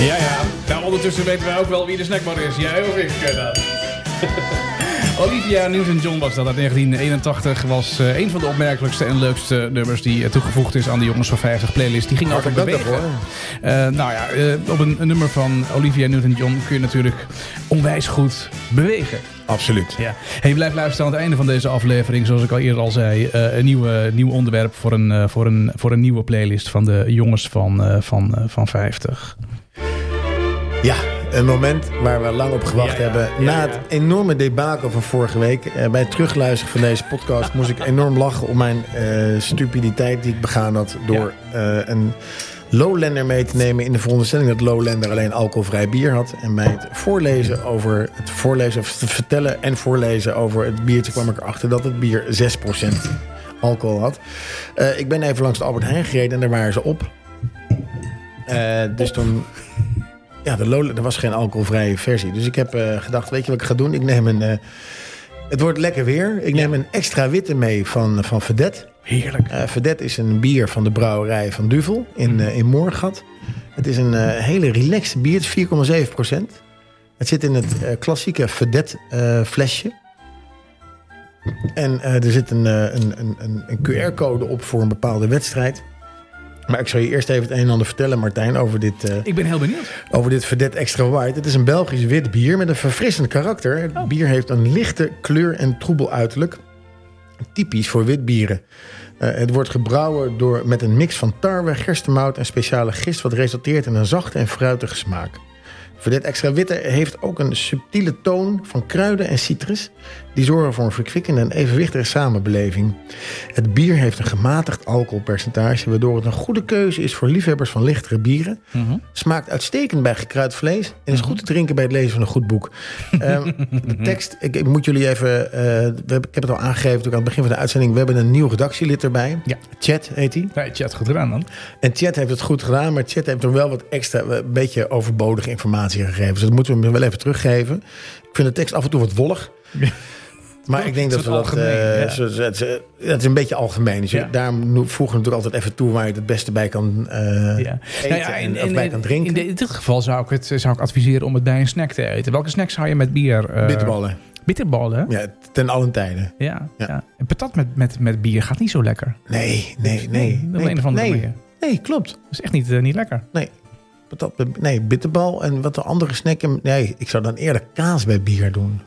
S2: Ja, ja. Nou, ondertussen weten wij ook wel wie de snackbar is. Jij of ik. eh, nou. Olivia Newton-John was dat uit 1981. Was eh, een van de opmerkelijkste en leukste nummers die eh, toegevoegd is aan de Jongens van 50 playlist. Die ging over
S3: Hartelijk dank
S2: bewegen. Eh, nou ja, eh, op een, een nummer van Olivia Newton-John kun je natuurlijk onwijs goed bewegen.
S3: Absoluut.
S2: Ja. Hey, blijf luisteren aan het einde van deze aflevering. Zoals ik al eerder al zei, eh, een nieuwe, nieuw onderwerp voor een, eh, voor, een, voor een nieuwe playlist van de jongens van, eh, van, eh, van 50.
S3: Ja, een moment waar we lang op gewacht
S2: Ja, ja.
S3: hebben.
S2: Ja,
S3: Na
S2: ja.
S3: het enorme debakel van vorige week, eh, bij het terugluisteren van deze podcast, moest ik enorm lachen om mijn eh, stupiditeit die ik begaan had door eh, een Lowlander mee te nemen in de veronderstelling dat Lowlander alleen alcoholvrij bier had. En bij het voorlezen over het voorlezen of het vertellen en voorlezen over het biertje kwam ik erachter dat het bier 6% alcohol had. Eh, ik ben even langs de Albert Heijn gereden en daar waren ze op. Eh, dus toen ja, de Lola, er was geen alcoholvrije versie. Dus ik heb eh, gedacht, weet je wat ik ga doen? Ik neem een... eh, het wordt lekker weer. Ik neem een extra witte mee van, van Verdet.
S2: Heerlijk.
S3: Eh Verdet is een bier van de brouwerij van Duvel in, eh in Moorgat. Het is een eh, hele relaxed bier. Het is 4,7 Het zit in het eh, klassieke Verdet eh, flesje. En eh, er zit een, eh, een, een, een, een QR-code op voor een bepaalde wedstrijd. Maar ik zal je eerst even het een en ander vertellen, Martijn, over dit... eh,
S2: Ik ben heel benieuwd.
S3: over dit Verdet Extra White. Het is een Belgisch wit bier met een verfrissend karakter. Het bier heeft een lichte kleur en troebel uiterlijk. Typisch voor wit bieren. Eh, het wordt gebrouwen door, met een mix van tarwe, gerstemout en speciale gist... wat resulteert in een zachte en fruitige smaak. Verdet Extra Witte heeft ook een subtiele toon van kruiden en citrus... die zorgen voor een verkwikkende en evenwichtige samenbeleving. Het bier heeft een gematigd alcoholpercentage... waardoor het een goede keuze is voor liefhebbers van lichtere bieren... Smaakt uitstekend bij gekruid vlees. En is goed te drinken bij het lezen van een goed boek. Ehm, de tekst, ik, ik moet jullie even. eh, we hebben, ik heb het al aangegeven natuurlijk aan het begin van de uitzending. We hebben een nieuw redactielid erbij.
S2: Ja.
S3: Chat heet hij.
S2: Ja, Nou, je had goed gedaan dan.
S3: En Chat heeft het goed gedaan, maar Chat heeft er wel wat extra, eh, een beetje overbodige informatie gegeven. Dus dat moeten we hem wel even teruggeven. Ik vind de tekst af en toe wat wollig.
S2: Ja.
S3: Maar ik
S2: Het
S3: denk dat
S2: is
S3: we
S2: wat
S3: dat... eh,
S2: algemeen, ja.
S3: zo- zo- Het is, eh, het is een beetje algemeen. Dus je-
S2: Ja.
S3: daar no- voegen we natuurlijk altijd even toe waar je het beste bij kan eh,
S2: Ja.
S3: eten
S2: Nou ja,
S3: en,
S2: in-
S3: of
S2: in-
S3: bij kan
S2: In,
S3: drinken.
S2: de- in dit geval zou ik, het, eh, zou ik adviseren om het bij een snack te eten. Welke snack zou je met bier? eh,
S3: Bitterballen.
S2: Bitterballen?
S3: Ja, ten allen tijden.
S2: Ja. ja.
S3: Ja.
S2: En patat met, met, met bier gaat niet zo lekker.
S3: Nee, nee, nee.
S2: Op
S3: nee,
S2: een of andere
S3: nee,
S2: manier.
S3: nee, klopt.
S2: Dat is echt niet, eh, niet lekker.
S3: Nee. Patat, nee, bitterbal en wat de andere snacken. Nee, ik zou dan eerder kaas bij bier doen.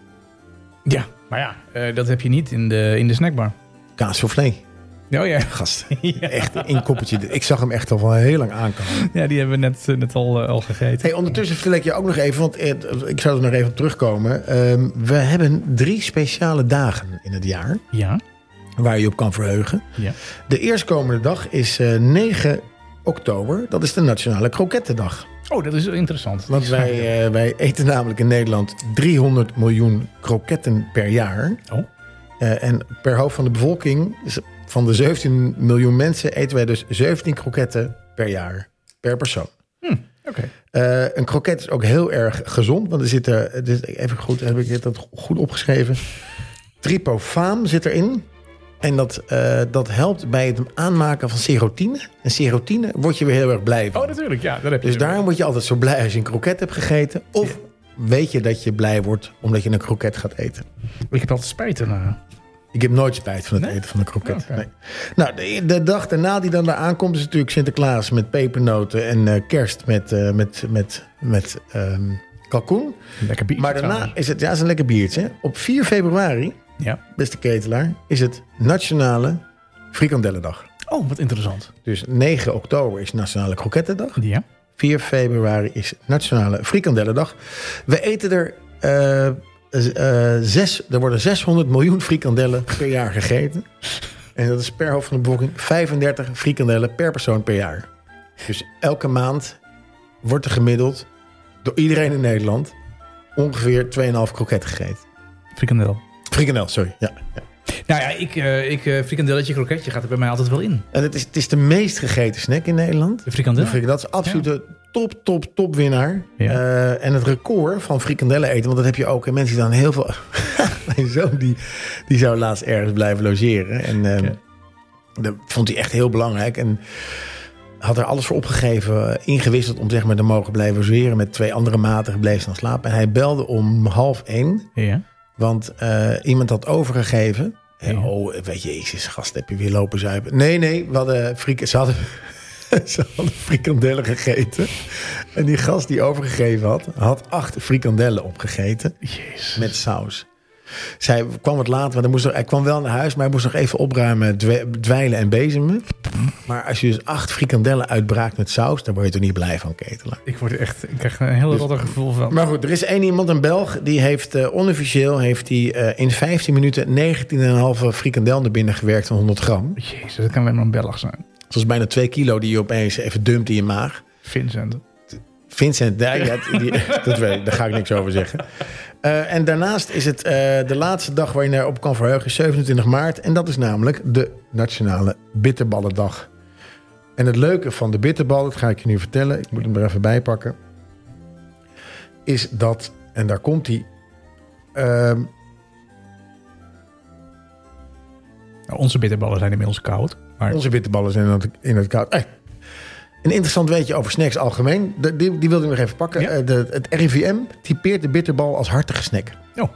S2: Ja. Maar ja, eh, dat heb je niet in de, in de snackbar.
S3: Kaas soufflé.
S2: Oh ja.
S3: Gast,
S2: Ja.
S3: echt een koppeltje. Ik zag hem echt al van heel lang aankomen.
S2: Ja, die hebben we net, eh, net al, eh, al gegeten.
S3: Hey, ondertussen vertel ik je ook nog even, want eh, ik zou er nog even op terugkomen. Ehm, we hebben drie speciale dagen in het jaar
S2: Ja.
S3: waar je op kan verheugen.
S2: Ja.
S3: De eerstkomende dag is eh, 9 oktober. Dat is de Nationale Krokettendag.
S2: Oh, dat is interessant.
S3: Want wij, eh, wij eten namelijk in Nederland 300 miljoen kroketten per jaar.
S2: Oh.
S3: Eh, en per hoofd van de bevolking, is- van de 17 miljoen mensen, eten wij dus 17 kroketten per jaar. Per persoon.
S2: Oké.
S3: Eh, een kroket is ook heel erg gezond, want er zitten, er zit- even goed, heb ik dit dat goed opgeschreven? Trypofaam zit erin. En dat, eh, dat helpt bij het aanmaken van serotine. En serotine word je weer heel erg blij van.
S2: Oh, natuurlijk. Ja, daar heb je
S3: Dus
S2: er weer.
S3: daarom word je altijd zo blij als je een kroket hebt gegeten. Of weet je dat je blij wordt omdat je een kroket gaat eten.
S2: Ik heb altijd spijt eh, erna.
S3: Ik heb nooit spijt van het
S2: Nee?
S3: eten van een kroket.
S2: Oké.
S3: Nee. Nou, de, de dag daarna die dan daar aankomt... is natuurlijk Sinterklaas met pepernoten en eh, kerst met, eh, met, met, met ehm, kalkoen.
S2: Lekker biertje
S3: Maar daarna
S2: trouwens.
S3: is het... Ja, is een lekker biertje. Op 4 februari,
S2: Ja.
S3: beste ketelaar... is het Nationale Frikandellendag.
S2: Oh, wat interessant.
S3: Dus 9 oktober is Nationale Krokettendag.
S2: Ja.
S3: 4 februari is Nationale Frikandellendag. We eten er, eh, eh, zes, er worden 600 miljoen frikandellen per jaar gegeten. En dat is per hoofd van de bevolking 35 frikandellen per persoon per jaar. Dus elke maand wordt er gemiddeld door iedereen in Nederland ongeveer 2,5 kroket gegeten.
S2: Frikandel.
S3: Frikandel, sorry. Ja, ja.
S2: Nou ja, ik, eh ik eh, frikandelletje, kroketje gaat er bij mij altijd wel in.
S3: En het is, het is de meest gegeten snack in Nederland.
S2: De frikandel?
S3: De frikandel is absolute top, top, top winnaar.
S2: Ja.
S3: Eh, en het record van frikandellen eten, want dat heb je ook. En mensen die dan heel veel... Mijn zoon, die, die zou laatst ergens blijven logeren. En ehm,
S2: Ja.
S3: dat vond hij echt heel belangrijk. En had er alles voor opgegeven, eh, ingewisseld om zeg maar, te mogen blijven zweren met twee andere maten, bleef staan slapen. En hij belde om half één
S2: Ja.
S3: want eh, iemand had overgegeven. En,
S2: Ja.
S3: oh, weet je, jezus, gast, heb je weer lopen zuipen? Nee, nee, we hadden friek- ze, hadden, ze hadden frikandellen gegeten. En die gast die overgegeven had, had acht frikandellen opgegeten
S2: Jezus.
S3: met saus. Zij kwam wat later, want hij, moest nog- hij kwam wel naar huis, maar hij moest nog even opruimen, dwe- dweilen en bezemen.
S2: Hm.
S3: Maar als je dus acht frikandellen uitbraakt met saus, dan word je toch niet blij van, Ketelaar.
S2: Ik word echt, ik krijg een heel rotter gevoel van.
S3: Maar goed, er is één iemand, een Belg, die heeft eh, onofficieel heeft die, eh, in 15 minuten 19,5 frikandel naar binnen gewerkt van 100 gram.
S2: Jezus, dat kan wel maar een Belg zijn.
S3: Dat is bijna 2 kilo die je opeens even dumpt in je maag.
S2: Vincent.
S3: Vincent, daar, ja, die, dat weet ik, daar ga ik niks over zeggen. Eh, en daarnaast is het eh, de laatste dag waar je naar op kan verheugen, is 27 maart. En dat is namelijk de Nationale Bitterballendag. En het leuke van de bitterbal, dat ga ik je nu vertellen, ik moet hem er even bij pakken, is dat, en daar komt hij. ehm,
S2: Nou, onze bitterballen zijn inmiddels koud. Maar
S3: Onze bitterballen zijn in het, in het koud. Eh, Een interessant weetje over snacks algemeen. De- die, die wilde ik nog even pakken.
S2: Ja.
S3: Eh, de- het RIVM typeert de bitterbal als hartige snack.
S2: Oh,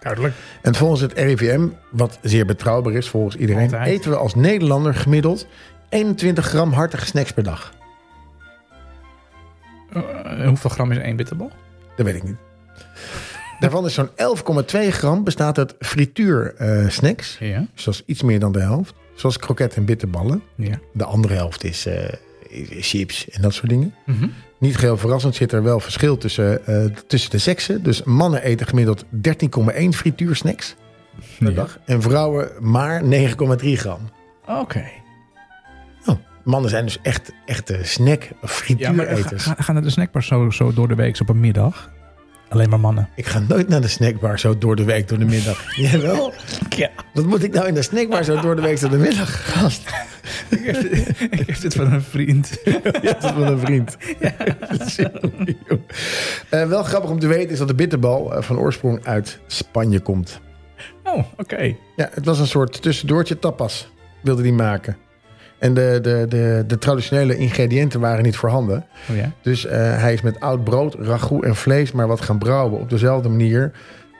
S2: duidelijk.
S3: En volgens het RIVM, wat zeer betrouwbaar is volgens iedereen,
S2: Altijd.
S3: eten we als Nederlander gemiddeld 21 gram hartige snacks per dag.
S2: Eh, hoeveel gram is één bitterbal?
S3: Dat weet ik niet. Daarvan is zo'n 11,2 gram bestaat uit frituursnacks. snacks.
S2: Ja.
S3: Dus dat is iets meer dan de helft. Zoals kroket en bitterballen.
S2: Ja.
S3: De andere helft is eh, chips en dat soort dingen.
S2: Mhm.
S3: Niet geheel verrassend zit er wel verschil tussen, eh, tussen de seksen. Dus mannen eten gemiddeld 13,1 frituursnacks per
S2: Ja.
S3: dag. En vrouwen maar 9,3 gram.
S2: Oké.
S3: Nou, mannen zijn dus echt, echt snack
S2: Ja, maar ga-
S3: frituureters.
S2: ga- gaan er de snackbars zo, zo door de week op een middag? Alleen maar mannen.
S3: Ik ga nooit naar de snackbar zo door de week, door de middag. Jawel?
S2: Ja.
S3: Wat moet ik nou in de snackbar zo door de week, door de middag? Gast,
S2: ik, heb, ik heb dit van een vriend.
S3: dat is wel een vriend. Sorry, joh. Eh, wel grappig om te weten is dat de bitterbal eh, van oorsprong uit Spanje komt.
S2: Oh, oké.
S3: Ja, het was een soort tussendoortje tapas, wilde die maken. En de, de, de, de traditionele ingrediënten waren niet voorhanden.
S2: Oh ja.
S3: Dus eh, hij is met oud brood, ragout en vlees maar wat gaan brouwen. Op dezelfde manier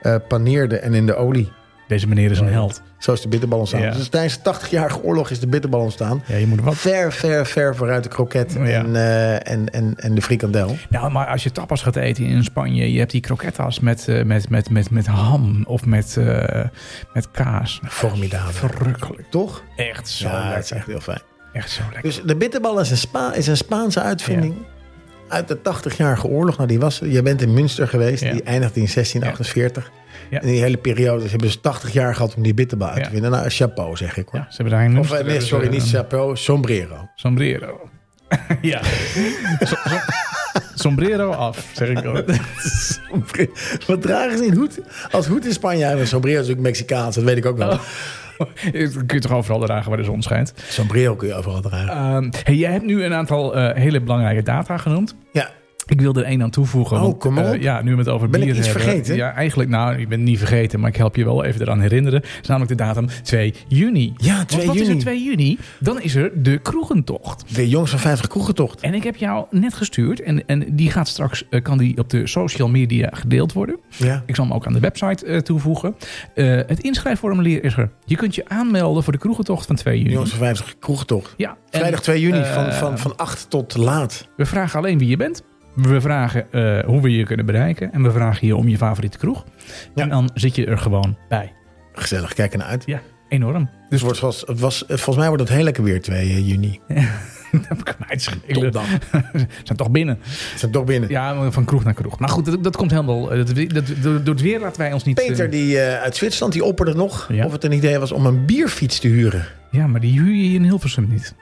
S3: eh, paneerde en in de olie.
S2: Deze meneer is een held.
S3: Zo is de bitterbal ontstaan.
S2: Ja.
S3: Dus tijdens de 80-jarige oorlog is de bitterbal ontstaan.
S2: Ja, je moet wat.
S3: Ver, ver, ver vooruit de kroket
S2: Ja.
S3: en, eh, en, en, en de frikandel.
S2: Nou, maar als je tapas gaat eten in Spanje, je hebt die croquetas met, eh, met, met, met, met ham of met, eh, met kaas.
S3: Formidabel.
S2: Verrukkelijk.
S3: Toch?
S2: Echt zo
S3: Ja, dat is
S2: lekker.
S3: echt heel fijn.
S2: Echt zo lekker.
S3: Dus de bitterbal is een, Spa is een Spaanse uitvinding. Uit de 80-jarige oorlog. Nou, die was, je bent in Münster geweest.
S2: Ja.
S3: Die eindigde in 1648.
S2: Ja.
S3: En die hele periode dus hebben ze 80 jaar gehad om die bitterbal uit te
S2: Ja.
S3: vinden. Nou, chapeau zeg ik hoor.
S2: Ja, ze hebben daar een
S3: Of eh, nee, sorry, niet chapeau, sombrero.
S2: Sombrero. ja. Som- som- sombrero af, zeg ik ook.
S3: Sombrero. Wat dragen ze in hoed? Als hoed in Spanje hebben, sombrero is natuurlijk Mexicaans, dat weet ik ook wel.
S2: Oh. Dat kun je toch overal dragen waar de zon schijnt.
S3: Sombrero kun je overal dragen.
S2: Ehm, hey, jij hebt nu een aantal eh, hele belangrijke data genoemd.
S3: Ja,
S2: Ik wil er één aan toevoegen.
S3: Oh,
S2: want,
S3: kom
S2: eh,
S3: op.
S2: ja, nu we het over
S3: Ben ik
S2: bier
S3: iets
S2: hebben.
S3: vergeten?
S2: Ja, eigenlijk, nou, ik ben het niet vergeten, maar ik help je wel even eraan herinneren. Het is namelijk de datum 2 juni.
S3: Ja,
S2: Want
S3: 2
S2: wat is er
S3: juni.
S2: 2 juni? Dan is er de kroegentocht.
S3: de jongens van 50 kroegentocht.
S2: En ik heb jou net gestuurd. En, en die gaat straks, eh, kan die op de social media gedeeld worden.
S3: Ja.
S2: Ik zal hem ook aan de website eh, toevoegen. Eh, het inschrijfformulier is er. Je kunt je aanmelden voor de kroegentocht van 2
S3: De
S2: juni.
S3: jongens van 50 kroegentocht.
S2: ja, en
S3: Vrijdag 2 juni van,
S2: eh,
S3: van, van 8 tot laat.
S2: We vragen alleen wie je bent. We vragen eh, hoe we je kunnen bereiken. En we vragen je om je favoriete kroeg.
S3: Ja.
S2: En dan zit je er gewoon bij.
S3: Gezellig, kijk ernaar uit.
S2: Ja, enorm.
S3: Dus het wordt zoals, het was, het- volgens mij wordt het heel lekker weer 2 juni.
S2: Dat kan mij het schelen.
S3: Topdag.
S2: Ze zijn toch binnen.
S3: Zijn toch binnen.
S2: Ja, van kroeg naar kroeg. Maar goed, dat, dat komt helemaal... eh, Dat, dat, door door het weer laten wij ons niet... eh,
S3: Peter die, eh, uit Zwitserland die opperde nog
S2: Ja.
S3: of het een idee was om een bierfiets te huren.
S2: Ja, maar die huur je hier in Hilversum niet.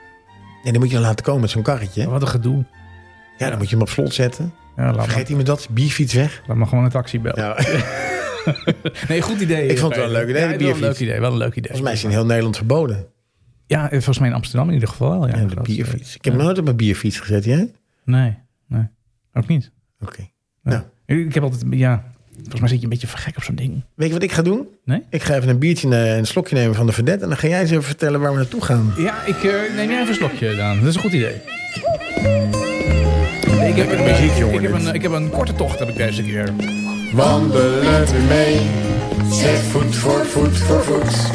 S3: En dan moet je dan laten komen met zo'n karretje. hè?
S2: Wat een gedoe.
S3: Ja, dan moet je hem op slot zetten.
S2: Ja, laat,
S3: Vergeet
S2: maar,
S3: iemand dat? Bierfiets weg.
S2: laat maar gewoon een taxi bellen.
S3: Nou, volgens
S2: Nee, goed idee. eh,
S3: Ik vond het wel een leuk idee,
S2: Ja,
S3: die
S2: wel een
S3: bierfiets.
S2: leuk idee. Wel een leuk idee.
S3: mij is in heel Nederland verboden.
S2: Ja, eh, volgens mij in Amsterdam in ieder geval. wel, Ja,
S3: Ja, de
S2: Dat, eh,
S3: bierfiets. Ik heb nooit op mijn bierfiets gezet, jij? Oké. Nou,
S2: Nee, nee. Ook niet. Nee. Ik heb altijd... Ja, Volgens mij zit je een beetje vergek op zo'n ding.
S3: Weet je wat ik ga doen?
S2: Nee?
S3: Ik ga even een biertje en eh, een slokje nemen van de verdet. En dan ga jij eens even vertellen waar we naartoe gaan.
S2: Ja, ik eh, neem jij even een slokje, Daan. Dat is een goed idee. Ik heb, een,
S3: muziek, jongen,
S2: ik, heb
S3: dit.
S2: een, ik heb een korte tocht heb ik deze keer.
S5: Wandelen u mee, zet voet voor voet voor voet.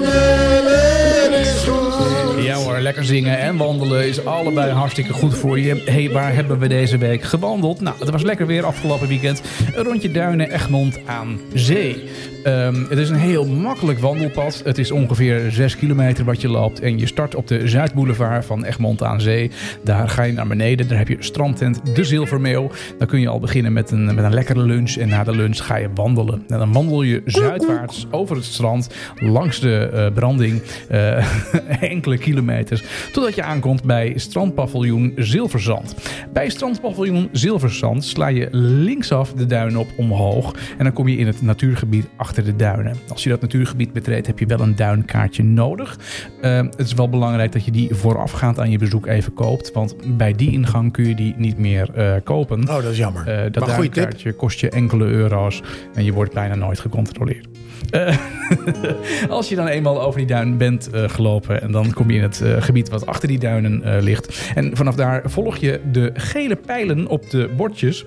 S5: Wandelen is goed.
S2: Ja hoor, lekker zingen en wandelen is allebei hartstikke goed voor je. hey, waar hebben we deze week gewandeld? Nou, het was lekker weer afgelopen weekend. Een rondje duinen Egmond aan zee. Ehm, het is een heel makkelijk wandelpad. Het is ongeveer 6 kilometer wat je loopt. En je start op de Zuidboulevard van Egmond aan zee. Daar ga je naar beneden. Daar heb je strandtent De Zilvermeeuw. Dan kun je al beginnen met een, met een lekkere lunch. En na de lunch ga je wandelen. En dan wandel je zuidwaarts over het strand. Langs de eh, branding. eh, enkele kilometers. Totdat je aankomt bij strandpaviljoen Zilverzand. Bij strandpaviljoen Zilverzand sla je linksaf de duinen op omhoog. En dan kom je in het natuurgebied achter de duinen. Als je dat natuurgebied betreedt, heb je wel een duinkaartje nodig. Eh, het is wel belangrijk dat je die voorafgaand aan je bezoek even koopt. Want bij die ingang kun je die niet meer eh, kopen.
S3: Oh, dat is jammer.
S2: Eh, dat
S3: maar goede tip.
S2: duinkaartje kost je enkele euro's en je wordt bijna nooit gecontroleerd. Eh, als je dan eenmaal over die duin bent eh, gelopen en dan kom je in het eh, gebied wat achter die duinen eh, ligt. En vanaf daar volg je de gele pijlen op de bordjes.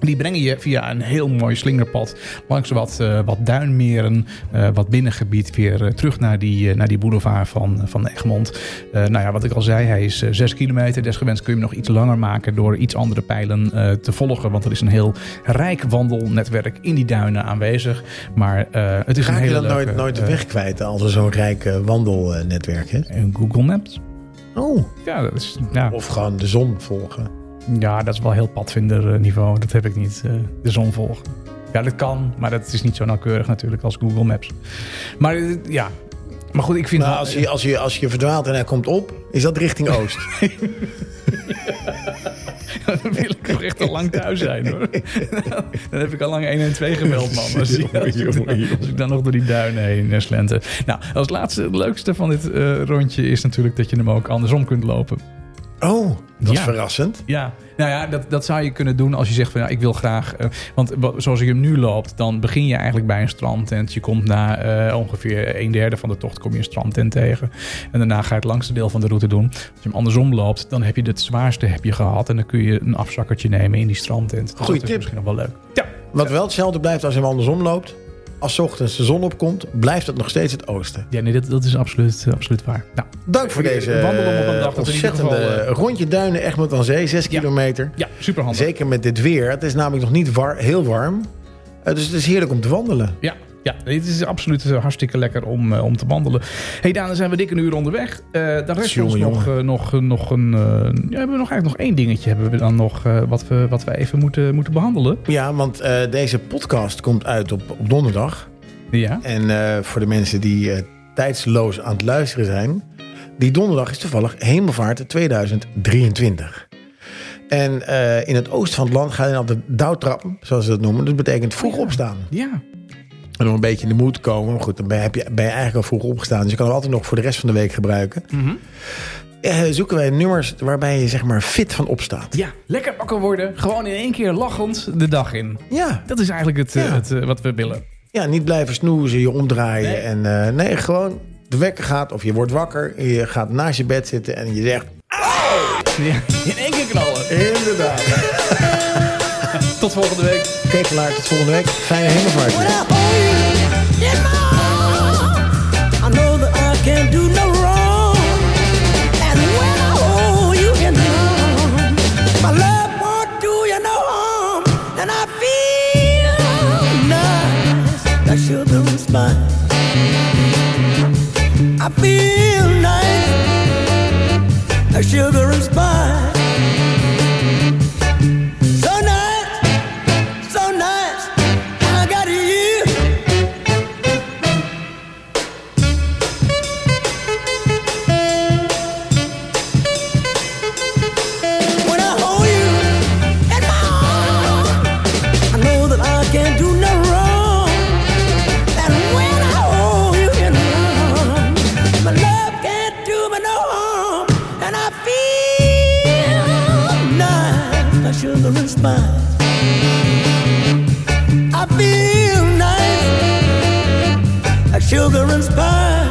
S2: Die brengen je via een heel mooi slingerpad langs wat, eh, wat duinmeren, eh, wat binnengebied weer eh, terug naar die, eh, naar die boulevard van, van Egmond. Eh, nou ja, wat ik al zei, hij is eh, 6 kilometer. Desgewenst kun je hem nog iets langer maken door iets andere pijlen eh, te volgen. Want er is een heel rijk wandelnetwerk in die duinen aanwezig. Maar eh, het is een
S3: Ga je
S2: hele
S3: dan nooit,
S2: leuke,
S3: nooit de
S2: eh,
S3: weg kwijt als er zo'n rijk eh, wandelnetwerk is?
S2: eh, Google Maps.
S3: Oh.
S2: Ja dat, is, ja,
S3: Of gewoon de zon volgen.
S2: ja, dat is wel heel padvinder niveau. Dat heb ik niet. eh, de zon volgen. Ja, dat kan, maar dat is niet zo nauwkeurig natuurlijk als Google Maps. Maar eh, ja, maar goed, ik vind...
S3: Nou, als je, als, je, als je verdwaalt en hij komt op, is dat richting oost.
S2: Dan wil ik toch echt al lang thuis zijn hoor. Dan heb ik al lang 112 gebeld, man. Als, ik- als ik, dan, als ik dan nog door die duinen heen eh, slenter. Nou, als laatste, het leukste van dit eh, rondje is natuurlijk dat je hem ook andersom kunt lopen.
S3: Oh, dat is
S2: Ja.
S3: verrassend.
S2: Ja, nou ja, dat, dat zou je kunnen doen als je zegt van ja, ik wil graag. eh, want wa- zoals ik hem nu loopt, dan begin je eigenlijk bij een strandtent. Je komt na eh, ongeveer een derde van de tocht kom je een strandtent tegen. En daarna ga je het langste deel van de route doen. Als je hem andersom loopt, dan heb je het zwaarste heb je gehad. En dan kun je een afzakkertje nemen in die strandtent. Dus
S3: Goeie
S2: dat is
S3: tip.
S2: misschien nog wel leuk. Ja.
S3: Wat wel hetzelfde blijft als hij andersom loopt. Als 's ochtends de zon opkomt, blijft het nog steeds het oosten.
S2: Ja, nee, dat, dat is absoluut, eh, absoluut waar. Nou,
S3: Dank voor
S2: Ik- ik
S3: deze
S2: wandel op een dag
S3: eh,
S2: dat in ieder
S3: ontzettende
S2: geval, eh,
S3: rondje duinen Egmond aan Zee, 6
S2: Ja.
S3: kilometer.
S2: ja, superhandig.
S3: Zeker met dit weer. Het is namelijk nog niet war- heel warm. Eh, dus het is heerlijk om te wandelen.
S2: Ja, ja, dit is absoluut eh, hartstikke lekker om, eh, om te wandelen. hey Daan, dan zijn we dik een uur onderweg. Eh dan rest ons
S3: Jongen,
S2: nog, eh, nog, eh, nog een... eh, ja, hebben we nog eigenlijk nog één dingetje hebben we dan nog, eh, wat, we, wat we even moeten, moeten behandelen.
S3: Ja, want eh, deze podcast komt uit op, op donderdag.
S2: Ja.
S3: En eh, voor de mensen die eh, tijdsloos aan het luisteren zijn. Die donderdag is toevallig Hemelvaart 2023. En eh, in het oosten van het land gaan ze altijd douwtrappen, zoals ze dat noemen. Dat betekent vroeg opstaan.
S2: Ja.
S3: En om een beetje in de moed te komen. Maar goed, dan ben je, heb je- ben je eigenlijk al vroeg opgestaan. Dus je kan hem altijd nog voor de rest van de week gebruiken. Eh, zoeken wij nummers waarbij je zeg maar fit van opstaat.
S2: ja, lekker wakker worden. Gewoon in één keer lachend de dag in.
S3: Ja,
S2: Dat is eigenlijk het, eh,
S3: Ja.
S2: het, eh, wat we willen.
S3: ja niet blijven snoezen, je omdraaien.
S2: Nee.
S3: En eh, nee, gewoon de wekker gaat of je wordt wakker. Je gaat naast je bed zitten en je zegt...
S2: Ja. In één keer knallen.
S3: Inderdaad.
S2: Tot volgende week.
S3: Kekelaar, tot volgende week. Fijne hemelvaart.
S6: When I hold you in my arms, I know that I can do no wrong. And when I hold you in my arms, my love won't do you no harm. And I feel nice, that sugar's mine. I feel nice, that sugar is mine. So nice, so nice, I got you. When I hold you in my arms, I know that I can do no wrong. And when I hold you in my arms, my love can't do me no harm. And I feel nice, my sugar is mine. I feel nice, like sugar and spice.